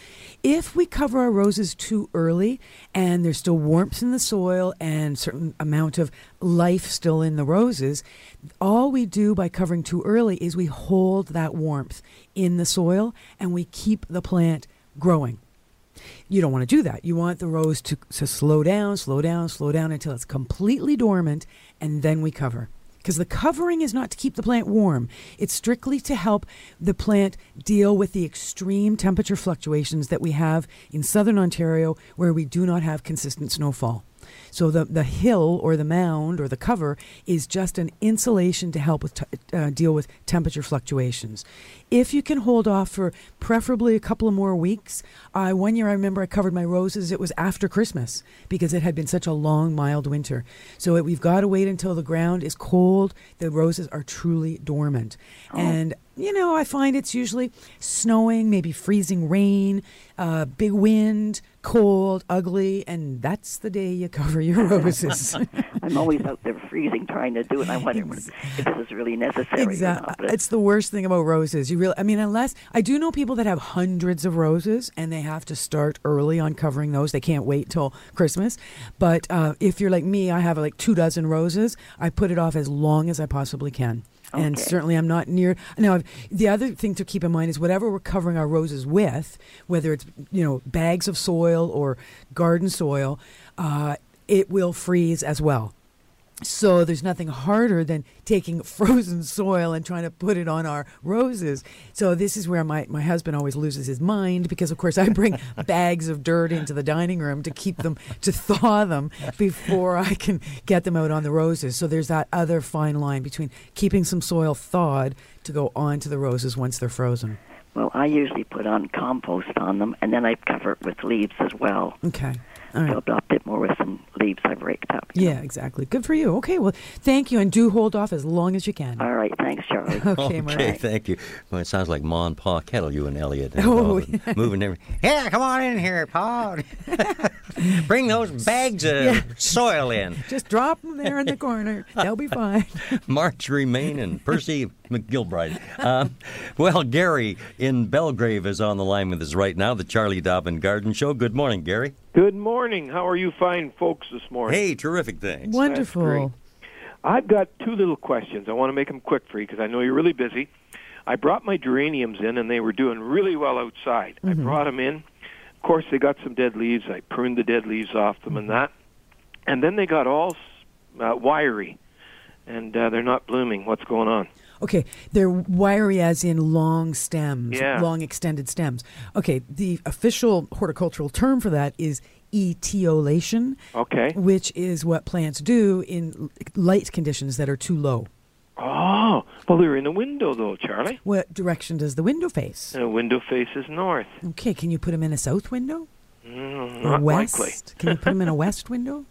Speaker 4: If we cover our roses too early and there's still warmth in the soil and certain amount of life still in the roses, all we do by covering too early is we hold that warmth in the soil and we keep the plant growing you don't want to do that. You want the rose to, to slow down, slow down, slow down until it's completely dormant, and then we cover. Because the covering is not to keep the plant warm, it's strictly to help the plant deal with the extreme temperature fluctuations that we have in southern Ontario where we do not have consistent snowfall. So the, the hill or the mound or the cover is just an insulation to help with t- uh, deal with temperature fluctuations. If you can hold off for preferably a couple of more weeks, I one year I remember I covered my roses. It was after Christmas because it had been such a long mild winter. So it, we've got to wait until the ground is cold. The roses are truly dormant, and you know I find it's usually snowing, maybe freezing rain, uh, big wind, cold, ugly, and that's the day you cover your roses.
Speaker 15: I'm always out there freezing trying to do it. I wonder if this is really necessary. Or not,
Speaker 4: Exactly.
Speaker 15: but
Speaker 4: It's the worst thing about roses. You really, I mean, unless I do know people that have hundreds of roses and they have to start early on covering those. They can't wait till Christmas. But uh, if you're like me, I have like two dozen roses. I put it off as long as I possibly can. And
Speaker 16: Okay.
Speaker 4: certainly, I'm not near. Now, I've- the other thing to keep in mind is whatever we're covering our roses with, whether it's you know bags of soil or garden soil, uh, it will freeze as well. So there's nothing harder than taking frozen soil and trying to put it on our roses. So this is where my, my husband always loses his mind because of course I bring bags of dirt into the dining room to keep them to thaw them before I can get them out on the roses. So there's that other fine line between keeping some soil thawed to go onto the roses once they're frozen.
Speaker 15: well, I usually put on compost on them, and then I cover it with leaves as well.
Speaker 4: Okay.
Speaker 15: So
Speaker 4: All right.
Speaker 15: I'll dip more with some leaves I've raked up.
Speaker 4: Yeah, exactly. Good for you. Okay, well, thank you and do hold off as long as you can.
Speaker 3: Uh,
Speaker 15: All right. Thanks, Charlie.
Speaker 4: Okay, Maria.
Speaker 3: thank you. Well, it sounds like Ma and Pa Kettle, you and Elliot. And
Speaker 4: Oh,
Speaker 3: all the-
Speaker 4: yeah.
Speaker 3: Moving every. Yeah, come on in here, Pa. Bring those bags of
Speaker 4: Yeah.
Speaker 3: soil in.
Speaker 4: Just drop them there in the corner. They'll be fine.
Speaker 3: Marjorie Main and Percy McGilbride. Um, well, Gary in Belgrave is on the line with us right now, the Charlie Dobbin Garden Show. Good morning, Gary.
Speaker 17: Good morning. How are you fine folks this morning?
Speaker 3: Hey, terrific things.
Speaker 17: That's great. I've got two little questions. I want to make them quick for you because I know you're really busy. I brought my geraniums in and they were doing really well outside. I
Speaker 18: Mhm.
Speaker 17: brought them in. Of course, they got some dead leaves. I pruned the dead leaves off them and that. And then they got all s- uh, wiry and uh, they're not blooming. What's going on?
Speaker 4: Okay, they're wiry as in long stems,
Speaker 17: Yeah.
Speaker 4: long extended stems. Okay, the official horticultural term for that is etiolation.
Speaker 17: Okay.
Speaker 4: Which is what plants do in l- light conditions that are too low.
Speaker 17: Oh, well, they're in the window though, Charlie.
Speaker 4: What direction does the window face?
Speaker 17: The window faces north.
Speaker 4: Okay, can you put them in a south window?
Speaker 17: Mm,
Speaker 4: Or
Speaker 17: not
Speaker 4: west?
Speaker 17: likely.
Speaker 4: Can you put them in a west window?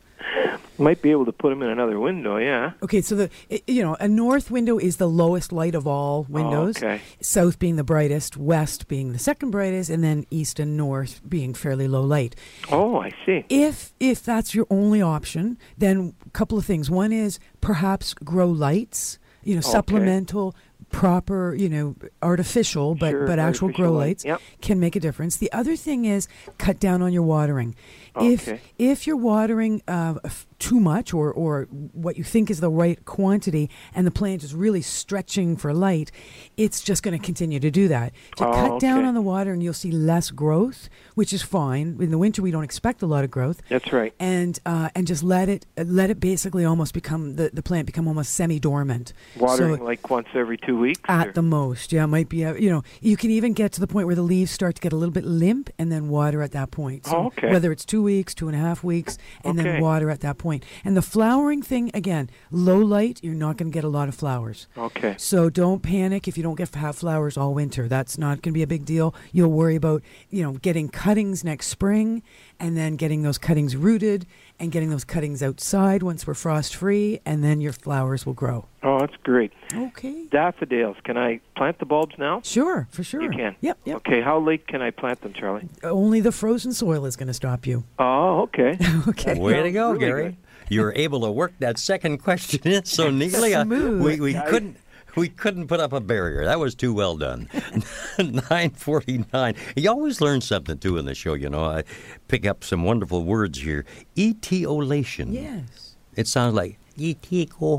Speaker 17: Might be able to put them in another window, yeah.
Speaker 4: Okay, so the i- you know a north window is the lowest light of all Oh, windows.
Speaker 17: Oh, okay.
Speaker 4: South being the brightest, west being the second brightest, and then east and north being fairly low light.
Speaker 17: Oh, I see.
Speaker 4: If if that's your only option, then a couple of things. One is perhaps grow lights, you know,
Speaker 16: Okay.
Speaker 4: supplemental, proper, you know, artificial, but
Speaker 16: Sure,
Speaker 4: but actual grow
Speaker 16: artificial light,
Speaker 4: lights
Speaker 16: yep.
Speaker 4: can make a difference. The other thing is cut down on your watering.
Speaker 16: Okay.
Speaker 4: If if you're watering uh, f- too much or or what you think is the right quantity, and the plant is really stretching for light, it's just going to continue to do that. To
Speaker 16: Oh,
Speaker 4: cut down
Speaker 16: okay.
Speaker 4: on the water, and you'll see less growth, which is fine. In the winter, we don't expect a lot of growth
Speaker 17: That's right.
Speaker 4: and uh, and just let it let it basically almost become the, the plant become almost semi dormant.
Speaker 17: Watering
Speaker 4: so
Speaker 17: like once every two weeks.
Speaker 4: at the most, yeah, it might be uh, you know you can even get to the point where the leaves start to get a little bit limp, and then water at that point. So
Speaker 16: Oh, okay.
Speaker 4: Whether it's two weeks, two and a half weeks, and
Speaker 16: Okay.
Speaker 4: then water at that point. And the flowering thing again, low light, you're not going to get a lot of flowers.
Speaker 17: Okay.
Speaker 4: So don't panic if you don't get to have flowers all winter. That's not going to be a big deal. You'll worry about, you know, getting cuttings next spring and then getting those cuttings rooted and getting those cuttings outside once we're frost free and then your flowers will grow.
Speaker 17: Oh, that's great.
Speaker 4: Okay.
Speaker 17: Daffodils. Can I plant the bulbs now?
Speaker 4: Sure, for sure.
Speaker 17: You can.
Speaker 4: Yep, yep.
Speaker 17: Okay. How late can I plant them, Charlie?
Speaker 4: Only the frozen soil is going to stop you.
Speaker 17: Oh, okay.
Speaker 4: okay.
Speaker 3: Way to go, Gary. You were able to work that second question in so neatly. I-
Speaker 4: Smooth.
Speaker 3: we we
Speaker 4: Nice.
Speaker 3: couldn't we couldn't put up a barrier. That was too well done. 949. You always learn something too in the show, you know. I pick up some wonderful words here. Etiolation.
Speaker 4: Yes.
Speaker 3: It sounds like ET go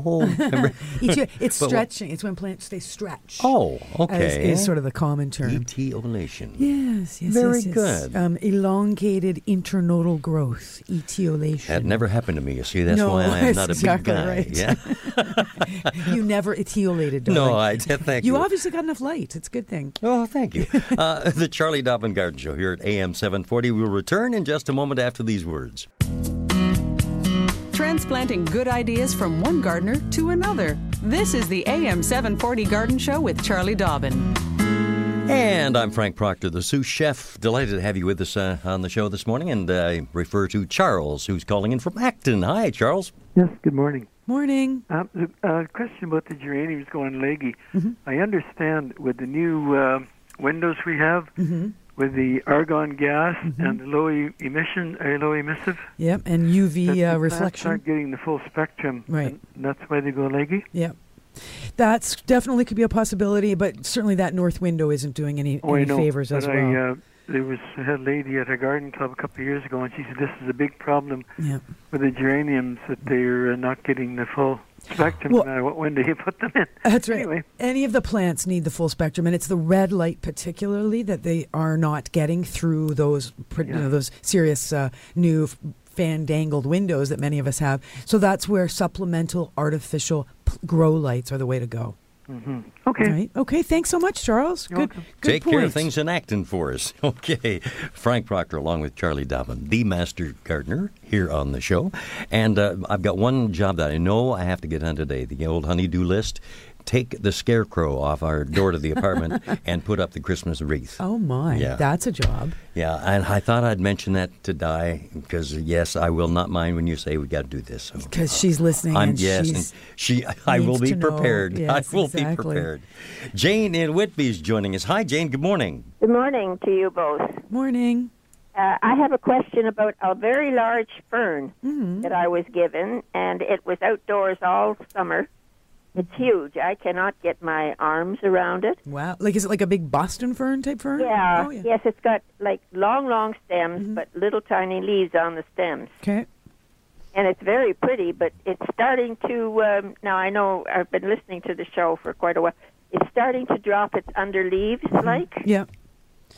Speaker 3: home. Remember?
Speaker 4: It's, it's
Speaker 3: But what-
Speaker 4: stretching. It's when plants they stretch.
Speaker 3: Oh, okay.
Speaker 4: Is, is sort of the common term.
Speaker 3: Etiolation.
Speaker 4: Yes, yes,
Speaker 3: Very
Speaker 4: yes, yes.
Speaker 3: good.
Speaker 4: Um, elongated internodal growth, etiolation.
Speaker 3: That never happened to me. You see, that's
Speaker 4: No,
Speaker 3: why I am
Speaker 4: that's
Speaker 3: not a
Speaker 4: exactly
Speaker 3: big guy.
Speaker 4: right.
Speaker 3: Yeah.
Speaker 4: you never etiolated, darling.
Speaker 3: no, I thank
Speaker 4: you
Speaker 3: you.
Speaker 4: obviously got enough light. It's a good thing.
Speaker 3: Oh, thank you. uh, the Charlie Dobbin Garden Show here at AM 740. We'll return in just a moment after these words.
Speaker 2: Transplanting good ideas from one gardener to another. This is the AM 740 Garden Show with Charlie Dobbin.
Speaker 3: And I'm Frank Proctor, the sous chef. Delighted to have you with us uh, on the show this morning. And I refer to Charles, who's calling in from Acton. Hi, Charles.
Speaker 18: Yes, good morning.
Speaker 4: Morning.
Speaker 18: Um, the uh, question about the geraniums going leggy.
Speaker 4: Mm-hmm.
Speaker 18: I understand with the new uh, windows we have,
Speaker 4: Mm-hmm.
Speaker 18: with the argon gas and the low e- emission, uh, low emissive,
Speaker 4: Yep, and
Speaker 18: that
Speaker 4: UV uh,
Speaker 18: plants
Speaker 4: reflection.
Speaker 18: aren't getting the full spectrum.
Speaker 4: Right.
Speaker 18: And that's why they go leggy.
Speaker 4: Yep. That's definitely could be a possibility, but certainly that north window isn't doing any,
Speaker 18: Oh, I
Speaker 4: any
Speaker 18: know.
Speaker 4: favors as
Speaker 18: but
Speaker 4: well.
Speaker 18: I, uh, there was I had a lady at a garden club a couple of years ago, and she said this is a big problem
Speaker 4: Yeah.
Speaker 18: with the geraniums that they're uh, not getting the full spectrum, no matter what window you put them in.
Speaker 4: That's right. Any of the plants need the full spectrum, and it's the red light particularly that they are not getting through those pr- you know, those serious uh, new f- fandangled windows that many of us have. So that's where supplemental artificial p- grow lights are the way to go.
Speaker 18: Mm-hmm.
Speaker 4: Okay. Okay. Thanks so much, Charles. good. Good
Speaker 3: Take
Speaker 4: point.
Speaker 3: care of things in Acton for us. Okay. Frank Proctor, along with Charlie Dobbin, the master gardener here on the show. And uh, I've got one job that I know I have to get on today the old honeydew list. Take the scarecrow off our door to the apartment and put up the Christmas wreath.
Speaker 4: Oh my,
Speaker 3: Yeah.
Speaker 4: that's a job.
Speaker 3: Yeah, and I thought I'd mention that to Di because yes, I will not mind when you say we got to do this. So,
Speaker 4: Because she's listening.
Speaker 3: I'm
Speaker 4: and
Speaker 3: yes, and
Speaker 4: she's-
Speaker 3: she. I will
Speaker 4: needs
Speaker 3: be
Speaker 4: to know.
Speaker 3: prepared.
Speaker 4: Yes,
Speaker 3: I will be
Speaker 4: exactly.
Speaker 3: prepared. Jane in Whitby is joining us. Hi, Jane. Good morning.
Speaker 19: Good morning to you both.
Speaker 4: Morning.
Speaker 19: Uh, I have a question about a very large fern
Speaker 4: Mm-hmm.
Speaker 19: that I was given, and it was outdoors all summer. It's
Speaker 4: Mm-hmm.
Speaker 19: huge. I cannot get my arms around it.
Speaker 4: Wow. Like, is it like a big Boston fern type fern?
Speaker 19: Yeah.
Speaker 4: Oh, yeah. Mm-hmm.
Speaker 19: Yes, it's got like long, long stems, but little tiny leaves on the stems.
Speaker 4: Okay.
Speaker 19: And it's very pretty, but it's starting to. Um, now I know I've been listening to the show for quite a while. It's starting to drop its under leaves.
Speaker 4: Mm-hmm.
Speaker 19: Like,
Speaker 4: Yeah.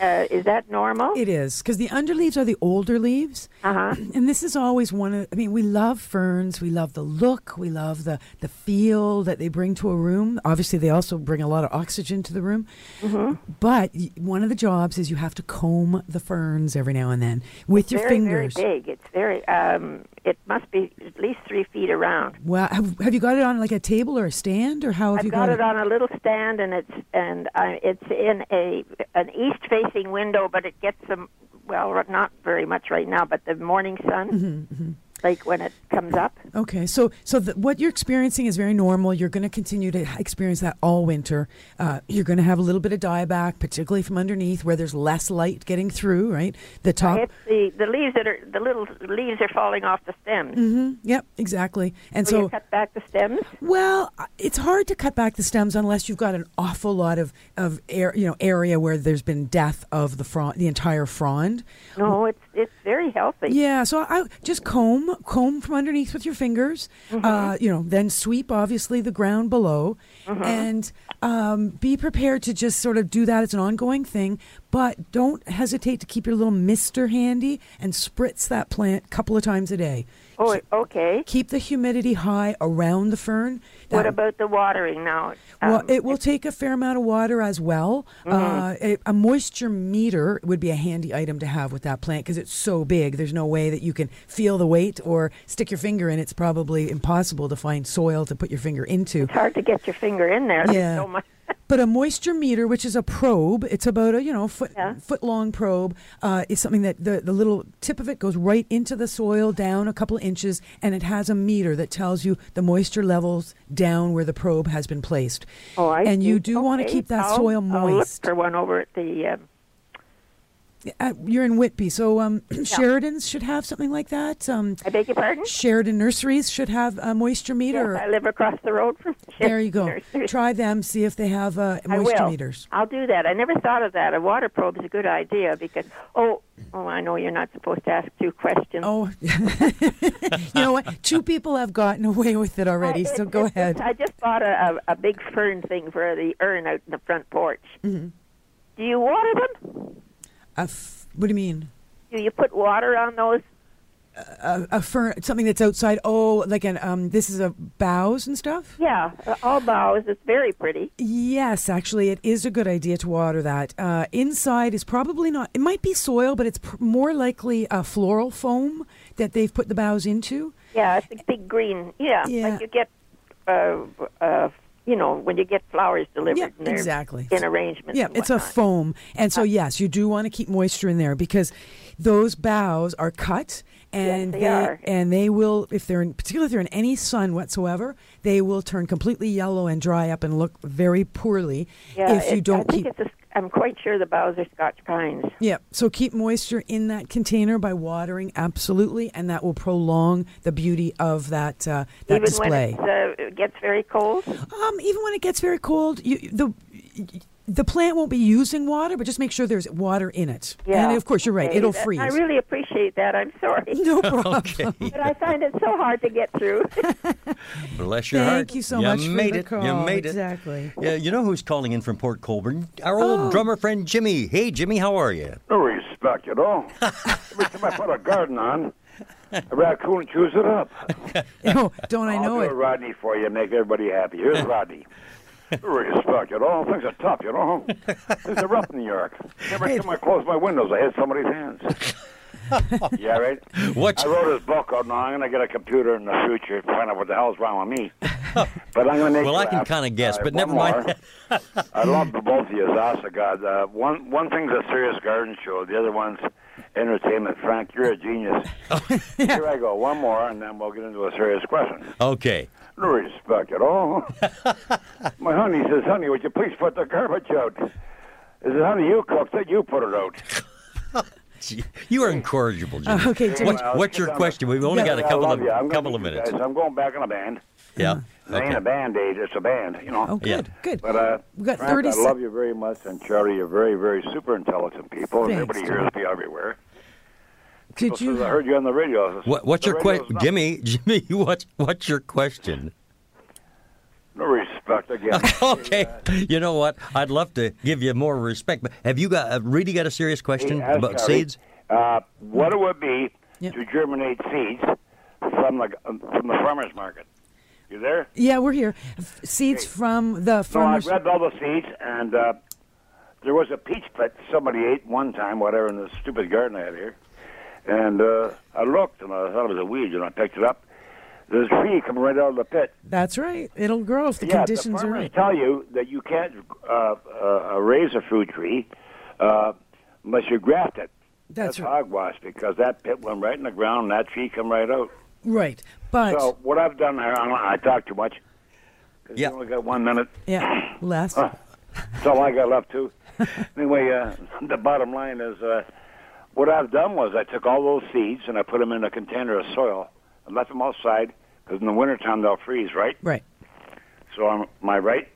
Speaker 19: uh, is that normal?
Speaker 4: It is because the underleaves are the older leaves,
Speaker 19: uh-huh.
Speaker 4: and this is always one of. I mean, we love ferns. We love the look. We love the the feel that they bring to a room. Obviously, they also bring a lot of oxygen to the room.
Speaker 19: Mm-hmm.
Speaker 4: But y- one of the jobs is you have to comb the ferns every now and then with your
Speaker 19: very,
Speaker 4: fingers.
Speaker 19: Very big. It's very. Um, it must be at least three feet around.
Speaker 4: Wow, have, have you got it on like a table or a stand, or how have
Speaker 19: I've
Speaker 4: Oh, you
Speaker 19: got it on a little stand, and it's and I, it's in a an east-facing window, but it gets some well, not very much right now, but the morning sun.
Speaker 4: Mhm, mhm.
Speaker 19: like when it comes up.
Speaker 4: Okay, so so the, what you're experiencing is very normal. You're going to continue to experience that all winter. Uh, you're going to have a little bit of dieback, particularly from underneath where there's less light getting through. Right, the top.
Speaker 19: It's the the leaves that are the little leaves are falling off the stems.
Speaker 4: hmm Yep, exactly. And
Speaker 19: Will
Speaker 4: so
Speaker 19: you cut back the stems.
Speaker 4: Well, uh, it's hard to cut back the stems unless you've got an awful lot of of air, you know area where there's been death of the frond, the entire frond.
Speaker 19: No, it's it's very healthy.
Speaker 4: Yeah, so I just comb comb from underneath with your fingers.
Speaker 19: Mm-hmm.
Speaker 4: Uh, you know, then sweep obviously the ground below,
Speaker 19: Mm-hmm.
Speaker 4: and um, be prepared to just sort of do that. It's an ongoing thing, but don't hesitate to keep your little mister handy and spritz that plant a couple of times a day.
Speaker 19: Oh, okay.
Speaker 4: Keep the humidity high around the fern.
Speaker 19: What um, about the watering now?
Speaker 4: Well, it will take a fair amount of water as well.
Speaker 19: Mm-hmm.
Speaker 4: Uh, a, a moisture meter would be a handy item to have with that plant because it's so big. There's no way that you can feel the weight or stick your finger in. It's probably impossible to find soil to put your finger into.
Speaker 19: Hard to get your finger in there. There's
Speaker 4: Yeah.
Speaker 19: So much.
Speaker 4: But a moisture meter, which is a probe, it's about a you know foot foot long probe, uh, is something that the, the little tip of it goes right into the soil, down a couple inches, and it has a meter that tells you the moisture levels down where the probe has been placed.
Speaker 19: Oh, I
Speaker 4: and you
Speaker 19: see.
Speaker 4: do want to
Speaker 19: Okay,
Speaker 4: keep that
Speaker 19: I'll-
Speaker 4: soil
Speaker 19: I'll look
Speaker 4: moist.
Speaker 19: for one over at the. Um,
Speaker 4: Uh, you're in Whitby, so um, Sheridan's should have something like that. Um,
Speaker 19: I beg your pardon.
Speaker 4: Sheridan Nurseries should have a moisture meter.
Speaker 19: Yes, I live across the road from.
Speaker 4: there you go. Try them. See if they have uh,
Speaker 19: I
Speaker 4: moisture
Speaker 19: will.
Speaker 4: meters.
Speaker 19: I'll do that. I never thought of that. A water probe is a good idea because oh oh I know you're not supposed to ask two questions.
Speaker 4: Oh, you know what? Two people have gotten away with it already, so go ahead.
Speaker 19: I just bought a, a, a big fern thing for the urn out in the front porch.
Speaker 4: Mhm.
Speaker 19: Do you water them?
Speaker 4: A f- what do you mean?
Speaker 19: Do you put water on those?
Speaker 4: A, a fern, something that's outside. Oh, like an um. This is a boughs and stuff.
Speaker 19: Yeah, uh, all boughs. It's very pretty.
Speaker 4: Yes, actually, it is a good idea to water that. Uh, inside is probably not. It might be soil, but it's pr- more likely a floral foam that they've put the boughs into.
Speaker 19: Yeah, it's a big green. Yeah,
Speaker 4: Yeah.
Speaker 19: like you get, uh, uh, you know, when you get flowers delivered.
Speaker 4: Yeah,
Speaker 19: and they're
Speaker 4: exactly.
Speaker 19: In arrangements.
Speaker 4: Yeah,
Speaker 19: and
Speaker 4: it's a
Speaker 19: whatnot.
Speaker 4: foam. And so, yes, you do want to keep moisture in there because those boughs are cut and
Speaker 19: Yes, they are.
Speaker 4: and they will if they're in particularly if they're in any sun whatsoever, they will turn completely yellow and dry up and look very poorly
Speaker 19: Yeah,
Speaker 4: if you
Speaker 19: it-
Speaker 4: don't
Speaker 19: I think
Speaker 4: keep
Speaker 19: it's. A, I'm quite sure the boughs are Scotch pines.
Speaker 4: yeah, so keep moisture in that container by watering absolutely, and that will prolong the beauty of that uh, that
Speaker 19: Even
Speaker 4: display.
Speaker 19: when it's, uh, it gets very cold.
Speaker 4: Um, even when it gets very cold, you, the the plant won't be using water, but just make sure there's water in it.
Speaker 19: Yeah.
Speaker 4: And of course, you're right;
Speaker 19: Okay,
Speaker 4: it'll
Speaker 19: that-
Speaker 4: freeze.
Speaker 19: I really appreciate that. I'm sorry.
Speaker 4: No problem.
Speaker 19: But I find it so hard to get through.
Speaker 3: Bless your
Speaker 4: Thank
Speaker 3: heart.
Speaker 4: you so much for
Speaker 3: made
Speaker 4: the
Speaker 3: it.
Speaker 4: call.
Speaker 3: You made it.
Speaker 4: Exactly.
Speaker 3: Yeah, you know who's calling in from Port Colborne? Our old
Speaker 16: Oh.
Speaker 3: drummer friend Jimmy. Hey, Jimmy, how are you?
Speaker 16: No respect at all. Every time I put a garden on, a raccoon chews it up.
Speaker 4: oh, don't I
Speaker 16: know I'll do
Speaker 4: it?
Speaker 16: a Rodney for you, make everybody happy. Here's Rodney. No respect at all. Things are tough, you know. Things are rough in New York. Every time I close my windows, I hit somebody's hands. yeah, right?
Speaker 3: What?
Speaker 16: I wrote his book out now. I'm going to get a computer in the future to find out what the hell's wrong with me. But I'm going to make
Speaker 3: Well,
Speaker 16: you
Speaker 3: I can
Speaker 16: laugh.
Speaker 3: kind of guess,
Speaker 16: All right,
Speaker 3: but never
Speaker 16: one
Speaker 3: mind.
Speaker 16: more. I love the both of you, honest to God. Uh, one one thing's a serious garden show. The other one's entertainment. Frank, you're a genius.
Speaker 3: Oh,
Speaker 16: Here I go. One more, and then we'll get into a serious question.
Speaker 3: Okay.
Speaker 16: No respect at all. My honey says, "Honey, would you please put the garbage out?" I said, "Honey, you cooked it. You put it out."
Speaker 3: Gee, You are incorrigible, Jimmy.
Speaker 16: Uh, okay, Jimmy.
Speaker 3: What- what's your question? We've only got a
Speaker 16: I
Speaker 3: couple
Speaker 16: love
Speaker 3: of
Speaker 16: you. I'm gonna
Speaker 3: couple of
Speaker 16: meet you
Speaker 3: minutes.
Speaker 16: guys. I'm going back in a band.
Speaker 3: Yeah.
Speaker 16: It ain't a band aid, it's a band, you know.
Speaker 4: Oh, good, Yeah. good.
Speaker 16: But uh,
Speaker 4: We got
Speaker 16: Frank,
Speaker 4: 30
Speaker 16: I love you very much, and Charlie, you're very, very super intelligent people, and
Speaker 4: Thanks,
Speaker 16: everybody hears me everywhere.
Speaker 4: Did
Speaker 16: People says, I heard you on the radio.
Speaker 3: What, what's
Speaker 16: The
Speaker 3: your
Speaker 16: radio's
Speaker 3: question,
Speaker 16: not-
Speaker 3: Jimmy? Jimmy, what's what's your question?
Speaker 16: No respect again.
Speaker 3: okay. You know what? I'd love to give you more respect, but have you got uh, really got a serious question
Speaker 16: Hey, ask
Speaker 3: about
Speaker 16: Charlie,
Speaker 3: seeds?
Speaker 16: Uh, what it would be to germinate seeds from the um, from the farmers market? You there?
Speaker 4: Yeah, we're here. F- seeds from the farmers.
Speaker 16: No, I grabbed all the seeds, and uh, there was a peach pit somebody ate one time, whatever, in the stupid garden I had here. And uh, I looked, and I thought it was a weed, and I picked it up. There's a tree coming right out of the pit.
Speaker 4: That's right. It'll grow if the
Speaker 16: yeah,
Speaker 4: conditions
Speaker 16: the
Speaker 4: are
Speaker 16: farmers
Speaker 4: right.
Speaker 16: tell you that you can't uh, uh, raise a fruit tree uh, unless you graft it.
Speaker 4: That's
Speaker 16: hogwash because that pit went right in the ground, and that tree come right out.
Speaker 4: Right. But
Speaker 16: so what I've done, I, don't know, I talk too much. 'Cause
Speaker 3: Yeah.
Speaker 16: You only got one minute.
Speaker 4: yeah, less.
Speaker 16: Huh. That's all I got left to. Anyway, uh, the bottom line is uh, what I've done was I took all those seeds and I put them in a container of soil and left them outside because in the wintertime they'll freeze, right?
Speaker 4: Right.
Speaker 16: So I'm, am I right?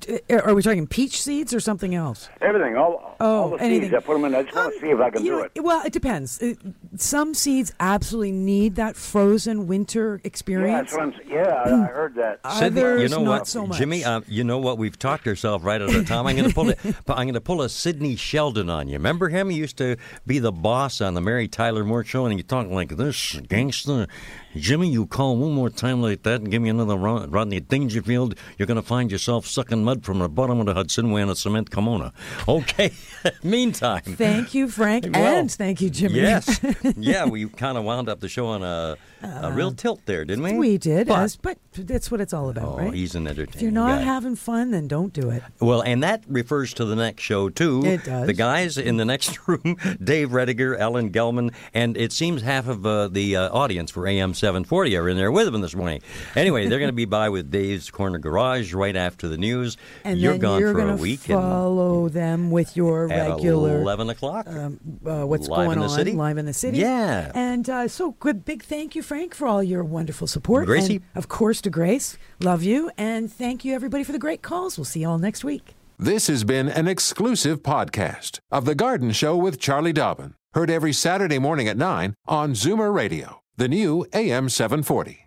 Speaker 4: D- eh, Are we talking peach seeds or something else?
Speaker 16: Everything, all,
Speaker 4: Oh,
Speaker 16: all the
Speaker 4: anything.
Speaker 16: seeds, I put them in. I just want to see if I can
Speaker 4: You
Speaker 16: do
Speaker 4: know,
Speaker 16: it.
Speaker 4: Well, it depends. It- some seeds absolutely need that frozen winter
Speaker 16: Yeah,
Speaker 4: experience.
Speaker 16: that's what I'm, s- yeah, I I heard that.
Speaker 3: Sydney, you
Speaker 4: Others
Speaker 3: know
Speaker 4: not
Speaker 3: what,
Speaker 4: so much.
Speaker 3: Jimmy? Uh, you know what? We've talked ourselves right out of time. I'm going to pull it. but I'm going to pull a Sidney Sheldon on you. Remember him? He used to be the boss on the Mary Tyler Moore Show, and he talked like this, gangster. Jimmy, you call one more time like that, and give me another Rod- Rodney Dangerfield. You're going to find yourself sucking mud from the bottom of the Hudson wearing a cement kimono. Okay. Meantime,
Speaker 4: Thank you, Frank,
Speaker 3: Well,
Speaker 4: and thank you, Jimmy.
Speaker 3: Yes. yeah, we kind of wound up the show on a, a real tilt there, didn't we?
Speaker 4: Uh, we did,
Speaker 3: But,
Speaker 4: as, but that's what it's all about,
Speaker 3: oh,
Speaker 4: right?
Speaker 3: he's an
Speaker 4: If you're
Speaker 3: entertainer.
Speaker 4: not having fun, then don't do it.
Speaker 3: Well, and that refers to the next show too.
Speaker 4: It does.
Speaker 3: The guys in the next room: Dave Rediger, Ellen Gelman, and it seems half of uh, the uh, audience for AM 740 are in there with them this morning. Anyway, they're going to be by with Dave's Corner Garage right after the news.
Speaker 4: And
Speaker 3: you're
Speaker 4: then
Speaker 3: gone
Speaker 4: you're
Speaker 3: for
Speaker 4: gonna
Speaker 3: a week. and
Speaker 4: follow them with your
Speaker 3: at
Speaker 4: regular
Speaker 3: 11 o'clock.
Speaker 4: Um, uh, what's
Speaker 3: Live
Speaker 4: going
Speaker 3: in the
Speaker 4: on
Speaker 3: city?
Speaker 4: live in the city.
Speaker 3: Yeah.
Speaker 4: And uh, so good. Big thank you, Frank, for all your wonderful support.
Speaker 3: Gracie.
Speaker 4: And of course, to Grace. Love you. And thank you, everybody, for the great calls. We'll see you all next week.
Speaker 1: This has been an exclusive podcast of The Garden Show with Charlie Dobbin. Heard every Saturday morning at 9 on Zoomer Radio, the new AM 740.